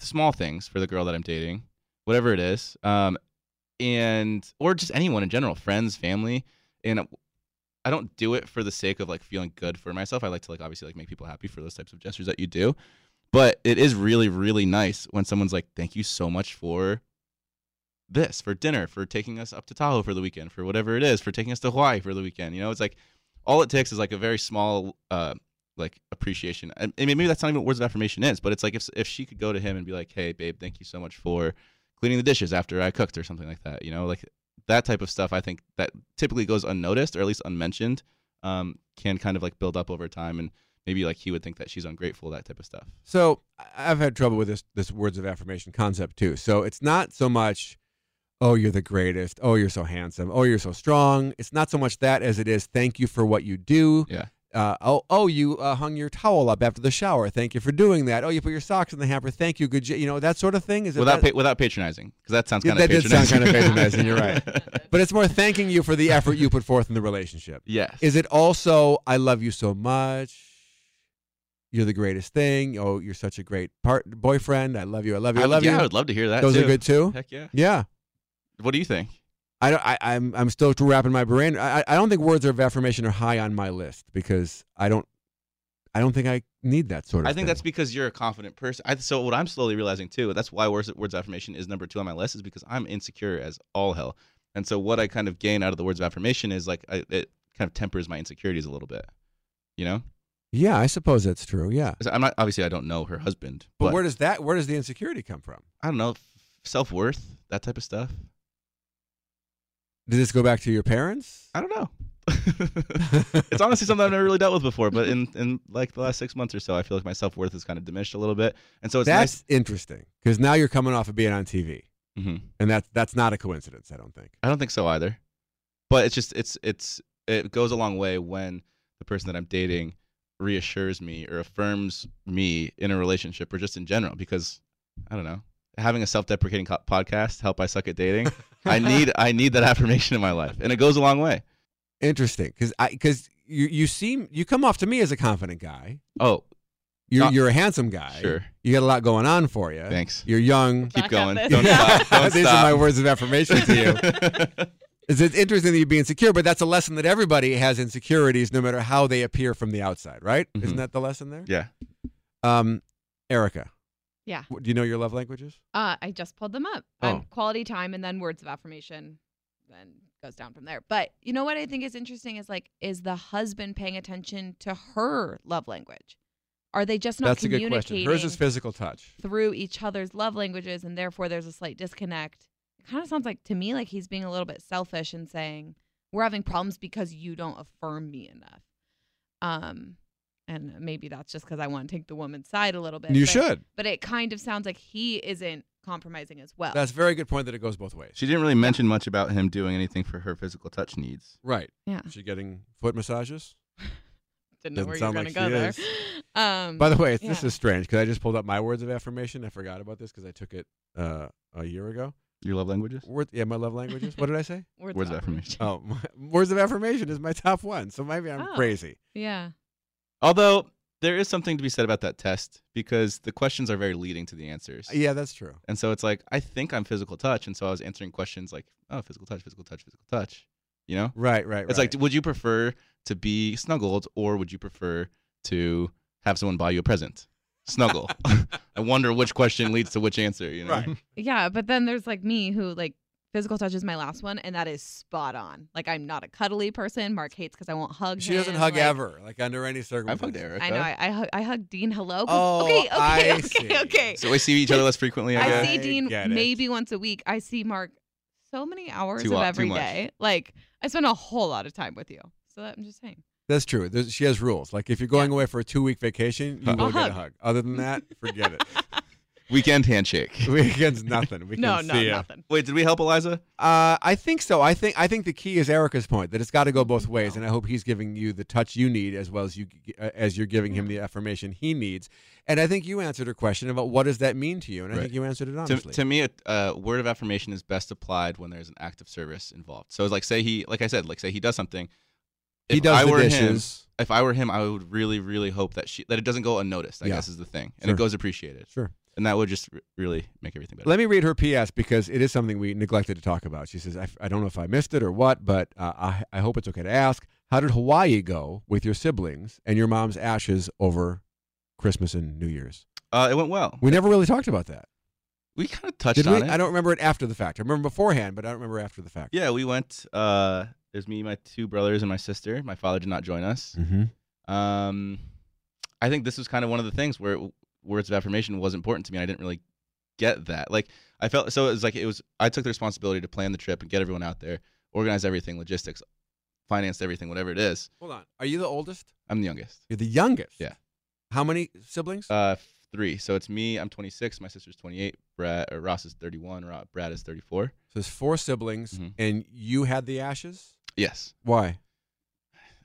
B: small things for the girl that I'm dating, whatever it is, um, and or just anyone in general, friends, family, and I don't do it for the sake of like feeling good for myself. I like to like obviously like make people happy for those types of gestures that you do, but it is really really nice when someone's like, "Thank you so much for." This for dinner, for taking us up to Tahoe for the weekend, for whatever it is, for taking us to Hawaii for the weekend. You know, it's like all it takes is like a very small uh like appreciation and, and maybe that's not even what words of affirmation is but it's like if, if she could go to him and be like hey babe thank you so much for cleaning the dishes after i cooked or something like that you know like that type of stuff i think that typically goes unnoticed or at least unmentioned um can kind of like build up over time and maybe like he would think that she's ungrateful that type of stuff
C: So I- I've had trouble with this this words of affirmation concept too. So it's not so much, oh, you're the greatest. Oh, you're so handsome. Oh, you're so strong. It's not so much that as it is, thank you for what you do.
B: Yeah.
C: Uh, oh, oh, you uh, hung your towel up after the shower. Thank you for doing that. Oh, you put your socks in the hamper. Thank you. Good. j-" You know that sort of thing. Is it
B: without
C: that-
B: pa- without patronizing because that sounds
C: Yeah,
B: kind of
C: that did sound
B: patronizing.
C: kinda patronizing, you're right. but it's more thanking you for the effort you put forth in the relationship.
B: yes
C: Is it also I love you so much? You're the greatest thing. Oh, you're such a great part boyfriend. I love you. I love you. I,
B: I,
C: love
B: yeah, I
C: you.
B: would love to hear that
C: Those
B: too.
C: are good too.
B: heck yeah
C: Yeah.
B: what do you think
C: I don't. I, I'm. I'm still wrapping my brain. I. I- I don't think words of affirmation are high on my list because I don't. I don't think I need that sort of.
B: I think
C: thing.
B: that's because you're a confident person. I, so what I'm slowly realizing too, that's why words, words of affirmation is number two on my list, is because I'm insecure as all hell. And so what I kind of gain out of the words of affirmation is like I, it kind of tempers my insecurities a little bit. You know,
C: yeah, I suppose that's true. Yeah.
B: So I'm not obviously I don't know her husband,
C: But,
B: but,
C: where does that? Where does the insecurity come from?
B: I don't know self worth that type of stuff.
C: Did this go back to your parents?
B: I don't know. it's honestly something I've never really dealt with before, but in in like the last six months or so, I feel like my self worth is kind of diminished a little bit, and so it's
C: that's interesting because now you're coming off of being on TV,
B: nice. hmm
C: and that's that's not a coincidence. I don't think.
B: I don't think so either. But it's just it's it's it goes a long way when the person that I'm dating reassures me or affirms me in a relationship or just in general because I don't know. Having a self-deprecating co- podcast, help I suck at dating. I need I need that affirmation in my life, and it goes a long way.
C: Interesting, because I because you you seem you come off to me as a confident guy.
B: Oh,
C: You're
B: Uh,
C: you're a handsome guy.
B: sure.
C: You got a lot going on for you.
B: Thanks.
C: You're young.
B: Keep
E: Back on
B: going.
E: this.
B: Don't stop. Don't
C: These
B: stop.
C: are my words of affirmation to you. It's, it's interesting that you be insecure, but that's a lesson that everybody has insecurities, no matter how they appear from the outside, right? Isn't
B: Mhm.
C: that the lesson there?
B: yeah.
C: Um, Erica.
E: Yeah.
C: w- Do you know your love languages?
E: Uh, I just pulled them up.
C: Oh.
E: Um, quality time and then words of affirmation, then goes down from there. But you know what I think is interesting is like, is the husband paying attention to her love language? Are they just not
C: that's a good
E: communicating
C: question. Hers is physical touch.
E: through each other's love languages, and therefore there's a slight disconnect? It kind of sounds like to me like he's being a little bit selfish and saying we're having problems because you don't affirm me enough. Um, and maybe that's just because I want to take the woman's side a little bit.
C: You
E: but-
C: should.
E: but it kind of sounds like he isn't compromising as well.
C: That's a very good point that it goes both ways.
B: She didn't really mention much about him doing anything for her physical touch needs.
C: Right.
E: yeah.
C: Is she getting foot massages?
E: Didn't know where you were
C: doesn't
E: gonna
C: sound
E: go there.
C: like she
E: Um,
C: By the way, it's, this
E: yeah.
C: is strange because I just pulled up my words of affirmation. I forgot about this because I took it uh, a year ago.
B: Your love languages?
C: Word, yeah, my love languages. What did I say?
E: words,
B: Words
E: of
B: of affirmation.
C: Oh, my, words of affirmation is my top one. So maybe I'm
E: Oh.
C: crazy.
E: Yeah.
B: Although there is something to be said about that test because the questions are very leading to the answers.
C: Yeah, that's true.
B: And so it's like I think I'm physical touch, and so I was answering questions like, "Oh, physical touch, physical touch, physical touch." You know,
C: Right, right,
B: it's
C: right.
B: like, would you prefer to be snuggled or would you prefer to have someone buy you a present? Snuggle. I wonder which question leads to which answer. You know,
C: Right.
E: Yeah, but then there's like me who like physical touch is my last one, and that is spot on. Like I'm not a cuddly person. Mark hates because I won't hug.
C: She doesn't
E: him,
C: hug
E: like-
C: ever, like under any
B: I've
C: circumstance.
B: hugged Erica.
E: I know. I I hug, I hug Dean. Hello. 'cause-
C: Oh,
E: okay. Okay.
C: I
E: okay.
C: see.
E: Okay.
B: So we see each other less frequently. I,
E: I
B: guess.
E: see
C: I
E: Dean
C: get it.
E: maybe once a week. I see Mark so many hours
B: Too
E: of
B: o- too
E: every
B: much.
E: day. Like I spend a whole lot of time with you. So that, I'm just saying.
C: That's true. There's, she has rules. Like if you're going away for a two week vacation, you
B: I'll
C: will get a
E: hug.
C: hug. Other than that, forget it.
B: Weekend handshake.
C: Weekend's nothing. We can
E: no, no,
C: see ya.
E: nothing.
B: Wait, did we help Eliza?
C: Uh, I think so. I think I think the key is Erica's point that it's got to go both ways, and I hope he's giving you the touch you need as well as you uh, as you're giving him the affirmation he needs. And I think you answered her question about what does that mean to you, and I
B: Right.
C: think you answered it
B: To,
C: honestly.
B: to me, a uh, word of affirmation is best applied when there's an act of service involved. So, it's like, say he, like I said, like say he does something.
C: he
B: If
C: does
B: I
C: the
B: were him-
C: dishes.
B: if I were him, I would really, really hope that she that it doesn't go unnoticed. I
C: Yeah.
B: guess is the thing, and
C: Sure.
B: it goes appreciated,
C: Sure.
B: and that would just r- really make everything better.
C: Let me read her P.S. because it is something we neglected to talk about. She says, I, I don't know if I missed it or what, but uh, I, I hope it's okay to ask. How did Hawaii go with your siblings and your mom's ashes over Christmas and New Year's?
B: uh, it went well.
C: We never really talked about that.
B: We kind of touched
C: Did we?
B: on it.
C: I don't remember it after the fact. I remember beforehand, but I don't remember after the fact.
B: Yeah, we went. Uh, it was me, my two brothers, and my sister. My father did not join us.
C: Mm-hmm.
B: Um, I think this was kind of one of the things where w- words of affirmation was important to me. And I didn't really get that. Like I felt so it was like it was I took the responsibility to plan the trip and get everyone out there, organize everything, logistics, financed everything, whatever it is.
C: Hold on. Are you the oldest?
B: I'm the youngest.
C: You're the youngest.
B: Yeah.
C: How many siblings?
B: Uh, three. So it's me. I'm 26. My sister's 28. Brad or Ross is 31. Ro- Brad is 34.
C: so there's four siblings,
B: Mhm.
C: and you had the ashes.
B: Yes.
C: Why?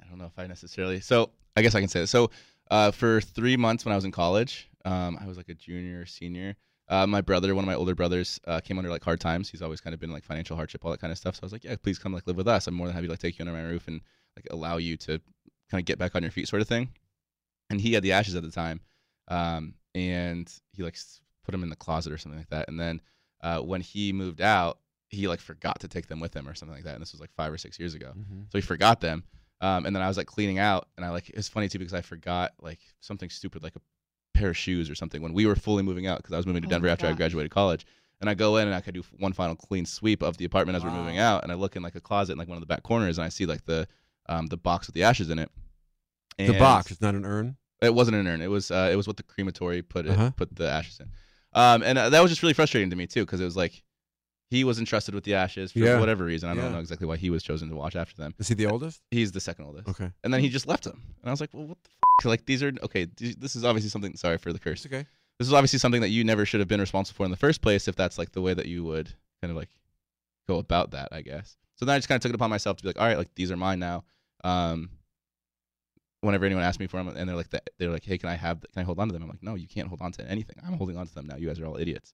B: I don't know if I necessarily. So I guess I can say this. So uh, for three months when I was in college, um, I was like a junior or senior. Uh, my brother, one of my older brothers, uh, came under like hard times. He's always kind of been like financial hardship, all that kind of stuff. So I was like, yeah, please come like live with us. I'm more than happy to like take you under my roof and like allow you to kind of get back on your feet, sort of thing. And he had the ashes at the time, um, and he like s- put them in the closet or something like that. And then uh, when he moved out, he like forgot to take them with him or something like that. And this was like five or six years ago. So he forgot them. Um, and then I was like cleaning out, and I like it's funny too because I forgot like something stupid like a pair of shoes or something when we were fully moving out because I was moving to
E: Oh
B: Denver
E: my
B: after I
E: gosh.
B: graduated college. And I go in and I could do f- one final clean sweep of the apartment as we're moving
C: Wow.
B: out, and I look in like a closet in like one of the back corners, and I see like the um, the box with the ashes in it.
C: The
B: And-
C: box. It's not an urn.
B: it wasn't an urn. It was uh, it was what the crematory put it,
C: Uh-huh.
B: put the ashes in, um, and uh, that was just really frustrating to me too because it was like he was entrusted with the ashes for
C: Yeah.
B: whatever reason. I don't
C: Yeah.
B: know exactly why he was chosen to watch after them.
C: Is he the oldest?
B: He's the second oldest
C: Okay.
B: and then he just left them. And I was like, well, what the f-? like these are okay. th- This is obviously something. Sorry for the curse.
C: okay.
B: This is obviously something that you never should have been responsible for in the first place. If that's like the way that you would kind of like go about that, I guess. So then I just kind of took it upon myself to be like, all right, like these are mine now. Um, whenever anyone asks me for them, and they're like, that, they're like, hey, can I have? th- Can I hold on to them? I'm like, no, you can't hold on to anything. I'm holding on to them now. You guys are all idiots.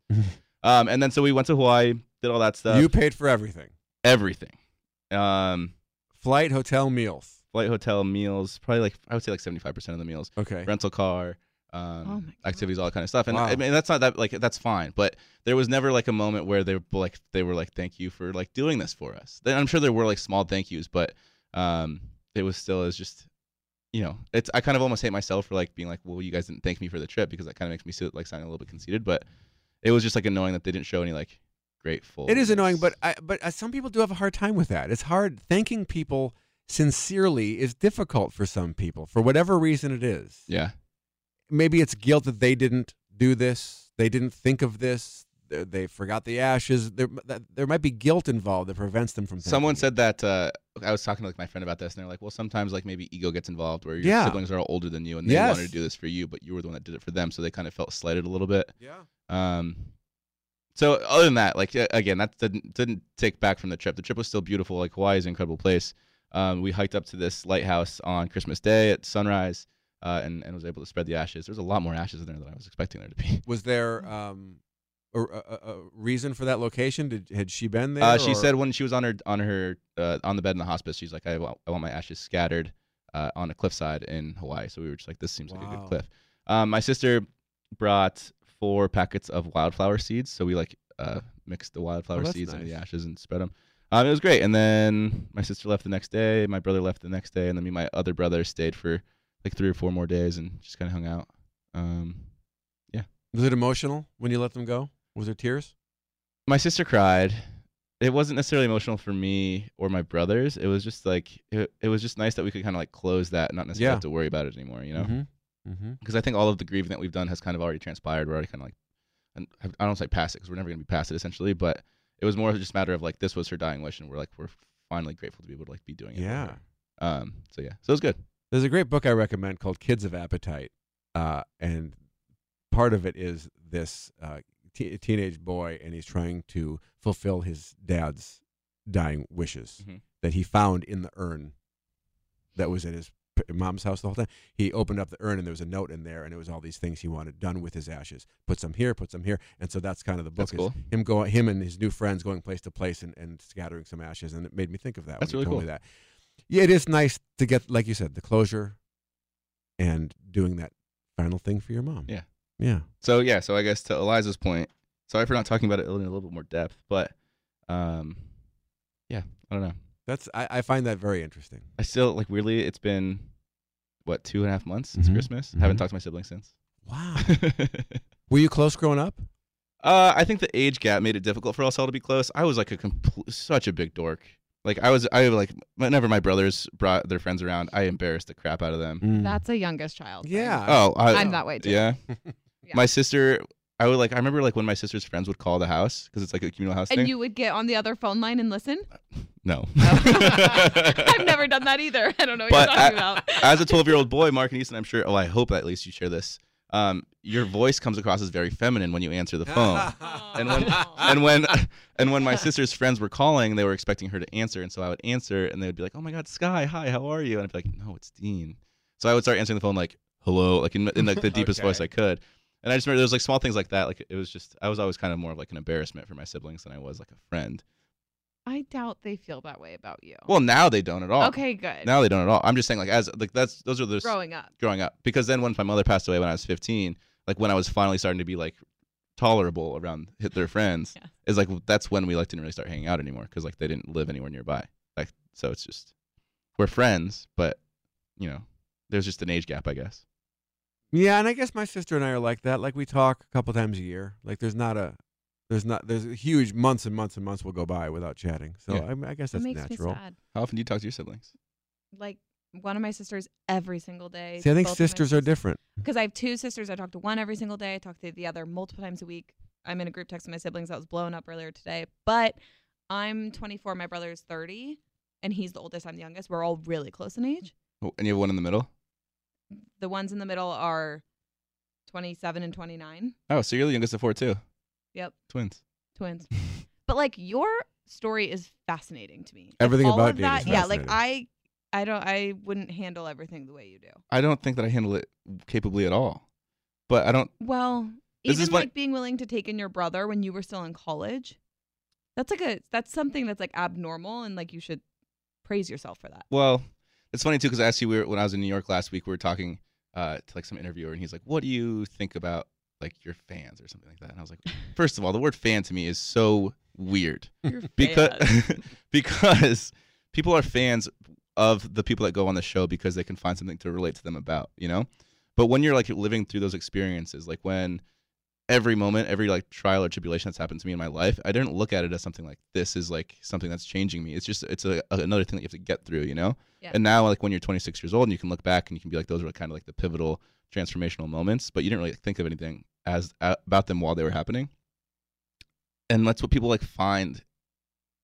B: um, and then so we went to Hawaii, did all that stuff,
C: you paid for everything:
B: everything. Um,
C: flight, hotel, meals.
B: flight, hotel, meals, probably like I would say like 75 percent of the meals.
C: Okay.
B: rental car,
E: Oh
B: um,
E: my God.
B: activities, all that kind of stuff. And
C: Wow.
B: I mean, that's not that like that's fine, but there was never like a moment where they were like they were like, "Thank you for like doing this for us." Then I'm sure there were like small thank yous, but um, it was still is just you know, it's I kind of almost hate myself for like being like, "Well, you guys didn't thank me for the trip," because that kind of makes me feel like sounding a little bit conceited. But it was just like annoying that they didn't show any like grateful.
C: It is annoying, but I, but uh, some people do have a hard time with that. It's hard thanking people sincerely is difficult for some people for whatever reason it is.
B: yeah,
C: maybe it's guilt that they didn't do this, they didn't think of this, they, they forgot the ashes. There, that, there might be guilt involved that prevents them from. thanking
B: Someone
C: you.
B: said that uh, I was talking to like my friend about this, and they're like, "Well, sometimes like maybe ego gets involved, where your
C: Yeah.
B: siblings are all older than you, and they
C: Yes.
B: wanted to do this for you, but you were the one that did it for them, so they kind of felt slighted a little bit."
C: Yeah.
B: Um, so other than that, like uh, again, that didn't didn't take back from the trip. The trip was still beautiful. Like Hawaii is an incredible place. Um, we hiked up to this lighthouse on Christmas Day at sunrise, uh, and and was able to spread the ashes. There's a lot more ashes in there than I was expecting there to be.
C: Was there um, a, a, a- a reason for that location? Did had she been there?
B: Uh, she
C: or-
B: said when she was on her on her uh, on the bed in the hospice, she's like, I want, I want my ashes scattered uh, on a cliffside in Hawaii. So we were just like, this seems like a
C: Wow.
B: good cliff. Um, my sister brought four packets of wildflower seeds, so we like uh, mixed the wildflower
C: Oh, that's
B: seeds into the
C: nice.
B: ashes and spread them. Um, it was great. And then my sister left the next day. My brother left the next day, and then me and my other brother stayed for like three or four more days and just kind of hung out. Um,
C: Was it emotional when you let them go? Was there tears?
B: my sister cried. It wasn't necessarily emotional for me or my brothers. It was just like it, it was just nice that we could kind of like close that, and not necessarily
C: Yeah.
B: have to worry about it anymore, you know?
C: Mm-hmm. Mm-hmm.
B: Because I think all of the grieving that we've done has kind of already transpired. We're already kind of like, and have- I don't say past it because we're never gonna be past it essentially, but it was more of just a matter of like this was her dying wish, and we're like we're finally grateful to be able to like be doing it. for
C: Yeah.
B: her. Um. So yeah. So it was good.
C: There's a great book I recommend called Kids of Appetite. Uh, and
F: part of it is this uh, t- teenage boy, and he's trying to fulfill his dad's dying wishes
B: Mhm.
F: that he found in the urn that was at his p- mom's house the whole time. He opened up the urn, and there was a note in there, and it was all these things he wanted done with his ashes. Put some here, put some here, and so that's kind of the book.
B: That's
F: is
B: cool.
F: Him going, him and his new friends going place to place and, and scattering some ashes, and it made me think of that.
B: That's
F: when Oh, you
B: really
F: told me that. Yeah, it is nice to get, like you said, the closure, and doing that final thing for your mom.
B: Yeah.
F: Yeah.
B: So yeah, so I guess to Eliza's point, sorry for not talking about it in a little bit more depth, but um, yeah, I don't know.
F: That's I, I find that very interesting.
B: I still like weirdly, it's been what two and a half months since
F: Mhm.
B: Christmas. Haven't
F: Mhm.
B: talked to my siblings since.
F: Wow. Were you close growing up?
B: Uh, I think the age gap made it difficult for us all to be close. I was like a compl- such a big dork. Like I was, I like whenever my brothers brought their friends around, I embarrassed the crap out of them.
E: Mm. That's a youngest child. thing.
F: yeah.
B: Oh, I,
E: I'm that way too.
B: Yeah.
E: Yeah.
B: my sister, I would like. I remember like when my sister's friends would call the house because it's like a communal house
E: And
B: thing.
E: you would get on the other phone line and listen?
B: no,
E: I've never done that either. I don't know what
B: But
E: you're talking
B: I-
E: about.
B: As a 12 year old boy, Mark and Easton, I'm sure. Oh, I hope at least you share this. Um, your voice comes across as very feminine when you answer the phone. And when- and when and when my sister's friends were calling, they were expecting her to answer, and so I would answer, and they would be like, "Oh my God, Sky, hi, how are you?" And I'd be like, "No, it's Dean." So I would start answering the phone like, "Hello," like in, in like the deepest
F: Okay.
B: voice I could. And I just remember there was like small things like that. Like it was just I was always kind of more of like an embarrassment for my siblings than I was like a friend.
E: I doubt they feel that way about you.
B: Well, now they don't at all.
E: okay, good.
B: Now they don't at all. I'm just saying like as like that's those are the s-
E: Growing up.
B: growing up because then when my mother passed away when I was 15, like when I was finally starting to be like tolerable around hit their friends,
E: Yeah.
B: is like that's when we like didn't really start hanging out anymore because like they didn't live anywhere nearby. Like so it's just we're friends, but you know there's just an age gap, I guess.
F: Yeah, and I guess my sister and I are like that. Like we talk a couple times a year. Like there's not a there's not there's a huge months and months and months will go by without chatting. So
B: Yeah.
F: I, mean, I guess
E: That
F: that's
E: makes
F: natural.
E: me sad.
B: How often do you talk to your siblings?
E: Like one of my sisters every single day.
F: See, I think sisters are different.
E: Because I have two sisters. I talk to one every single day. I talk to the other multiple times a week. I'm in a group text with my siblings that was blown up earlier today. But I'm 24. My brother's 30, and he's the oldest. I'm the youngest. We're all really close in age.
B: Oh, and you have one in the middle.
E: The ones in the middle are 27 and 29.
B: Oh, so you're the youngest of four too.
E: Yep.
B: Twins.
E: twins. but like your story is fascinating to me. Like,
F: Everything
E: all
F: about
E: of
F: Dean is
E: that, yeah. Like I, I don't, I wouldn't handle everything the way you do.
B: I don't think that I handle it capably at all, but I don't.
E: Well,
B: This is
E: even
B: what-
E: like being willing to take in your brother when you were still in college, that's like a that's something that's like abnormal and like you should praise yourself for that.
B: Well, it's funny too because I asked you we were, when I was in New York last week. We were talking uh, to like some interviewer, and he's like, "What do you think about like your fans or something like that?" And I was like, first of all, the word "fan" to me is so weird
E: You're
B: because
E: bad.
B: because people are fans of the people that go on the show because they can find something to relate to them about, you know. But when you're like living through those experiences, like when every moment, every like trial or tribulation that's happened to me in my life, I didn't look at it as something like this is like something that's changing me. It's just it's a, another thing that you have to get through, you know.
E: Yeah.
B: And now, like when you're 26 years old and you can look back and you can be like, those were kind of like the pivotal transformational moments, but you didn't really think of anything as a- about them while they were happening. And that's what people like find,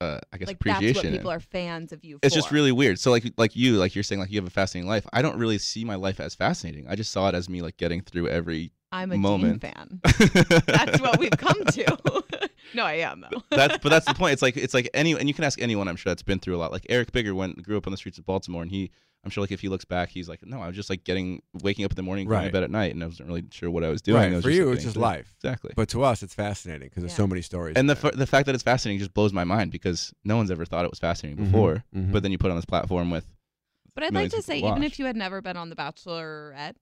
B: uh, I guess,
E: like
B: appreciation.
E: that's what
B: in
E: people are fans of you.
B: it's just
E: for.
B: really weird. So like like you like you're saying like you have a fascinating life. I don't really see my life as fascinating. I just saw it as me like getting through every.
E: I'm a Dean
B: moment.
E: fan.
B: that's
E: That's what we've come to. no, I am though.
B: that's but that's the point. It's like it's like any and you can ask anyone I'm sure that's been through a lot. Like Eric Bigger went grew up on the streets of Baltimore and he I'm sure like if he looks back he's like no I was just like getting waking up in the morning going
F: Right.
B: to bed at night and I wasn't really sure what I was doing. I
F: right.
B: was
F: For you,
B: like,
F: it's
B: getting
F: just
B: through.
F: life.
B: Exactly.
F: But to us, it's fascinating because there's
E: Yeah.
F: so many stories.
B: and the f- the fact that it's fascinating just blows my mind because no one's ever thought it was fascinating Mm-hmm,
F: Mm-hmm.
B: before.
C: Mm-hmm.
B: But then you put it on this platform with
E: But I'd like
B: millions
E: to
B: of
E: say,
B: people
E: even
B: watch.
E: if you had never been on The Bachelorette,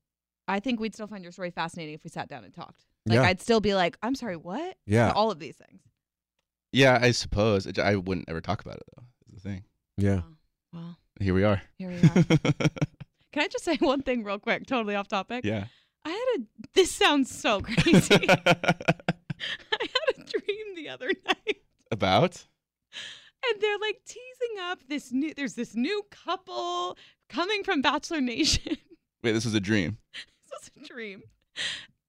E: I think we'd still find your story fascinating if we sat down and talked. Like
F: Yeah.
E: I'd still be like, I'm sorry, what?
F: Yeah.
E: To all of these things.
B: yeah I suppose It- I wouldn't ever talk about it though is the thing.
F: yeah.
E: Well,
B: Here we are.
E: here we are. Can I just say one thing real quick, totally off topic?
B: yeah.
E: I had a this sounds so crazy. I had a dream the other night.
B: About
E: And they're like teasing up this new there's this new couple coming from Bachelor Nation.
B: wait this was a dream.
E: This was a dream.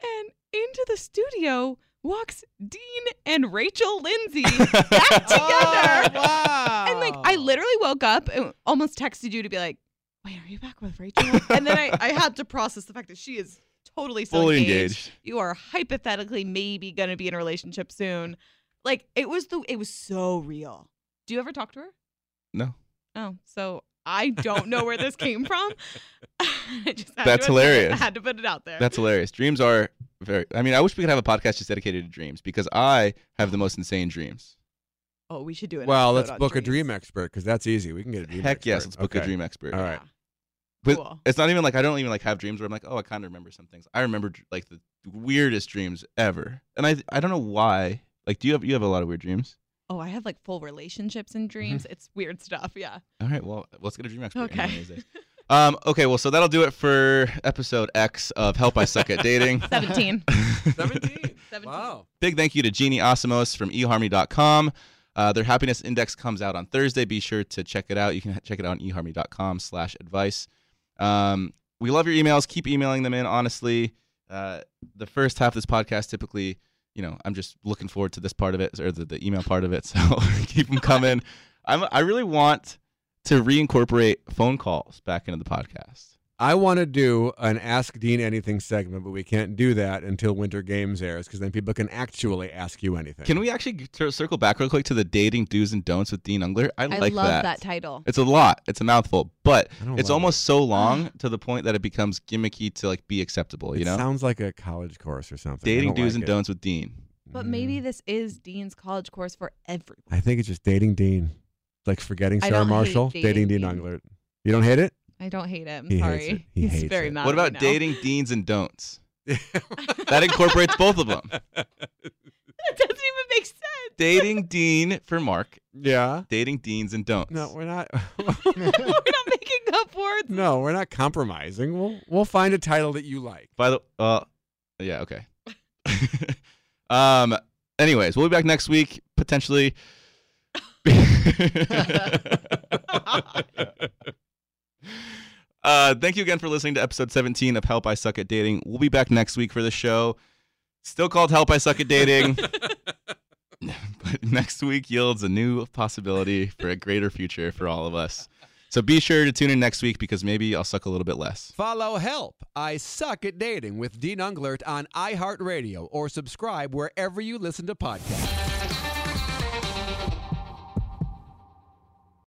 E: And into the studio walks Dean and Rachel Lindsay back together. And like I literally woke up and almost texted you to be like, Wait, are you back with Rachel? and then I, I had to process the fact that she is totally still
B: fully
E: engaged.
B: engaged.
E: You are hypothetically maybe going to be in a relationship soon. Like it was the it was so real. Do you ever talk to her?
B: No.
E: Oh, so I don't know where this came from. I just had
B: That's
E: to admit it. I
B: hilarious.
E: had to put it out there.
B: That's hilarious. Dreams are very. I mean, I wish we could have a podcast just dedicated to dreams because I have the most insane dreams.
E: oh, we should do it.
C: Well, let's book a dream expert because that's easy. We can get a dream
B: Heck
C: expert.
B: yes, let's book a
C: Okay.
B: dream expert.
C: All right.
B: But
E: Cool.
B: it's not even like I don't even like have dreams where I'm like, oh, I kind of remember some things. I remember dr- like the weirdest dreams ever, and I I don't know why. Like, do you have you have a lot of weird dreams?
E: Oh, I have like full relationships and dreams. It's weird stuff. Yeah.
B: All right, well, let's get a dream expert. in one of
E: Okay.
B: these days. um. Okay. Well, so that'll do it for episode X of Help I Suck at Dating.
E: 17.
C: 17.
E: 17.
C: Wow.
B: Big thank you to Jeannie Osimos from eharmony.com. Uh, their happiness index comes out on Thursday. Be sure to check it out. You can check it out on eharmony.com slash advice. Um, we love your emails. Keep emailing them in, honestly. Uh, the first half of this podcast, typically, you know, I'm just looking forward to this part of it or the, the email part of it. So keep them coming. I'm, I really want to reincorporate phone calls back into the podcast.
C: I want to do an Ask Dean Anything segment, but we can't do that until Winter Games airs because then people can actually ask you anything.
B: Can we actually g- circle back real quick to the dating do's and don'ts with Dean Ungler? I,
E: I
B: like
E: love that, title.
B: It's a lot. It's a mouthful, but
C: I don't
B: it's
C: love
B: almost so long to the point that it becomes gimmicky to like be acceptable.
C: It
B: You know,
C: sounds like a college course or something. I
B: dating
C: don't
B: do's
C: like
B: and
C: it.
B: don'ts with Dean.
E: But
C: Mm.
E: maybe this is Dean's college course for everyone.
C: I think it's just dating Dean, like forgetting
E: I
C: Sarah
E: don't hate
C: Marshall, dating
E: dating
C: Dean
E: Dean.
C: Unglert. You don't hate it?
E: I don't hate it. I'm
C: He hates
E: sorry.
C: it. He
E: He's
C: hates
E: very
C: it.
E: mad.
B: what about
E: right now.
B: dating deans and don'ts? That incorporates both of them.
E: that doesn't even make sense.
B: Dating dean for Mark.
C: yeah.
B: Dating deans and don'ts.
C: No, we're not.
E: We're not making up words.
C: no, we're not compromising. We'll we'll find a title that you like.
B: By the uh, yeah, okay. um. Anyways, we'll be back next week potentially. Uh, thank you again for listening to episode 17 of Help I Suck at Dating. We'll be back next week for the show. Still called Help I Suck at Dating. but next week yields a new possibility for a greater future for all of us. So be sure to tune in next week because maybe I'll suck a little bit less.
C: Follow Help I Suck at Dating with Dean Unglert on iHeartRadio or subscribe wherever you listen to podcasts.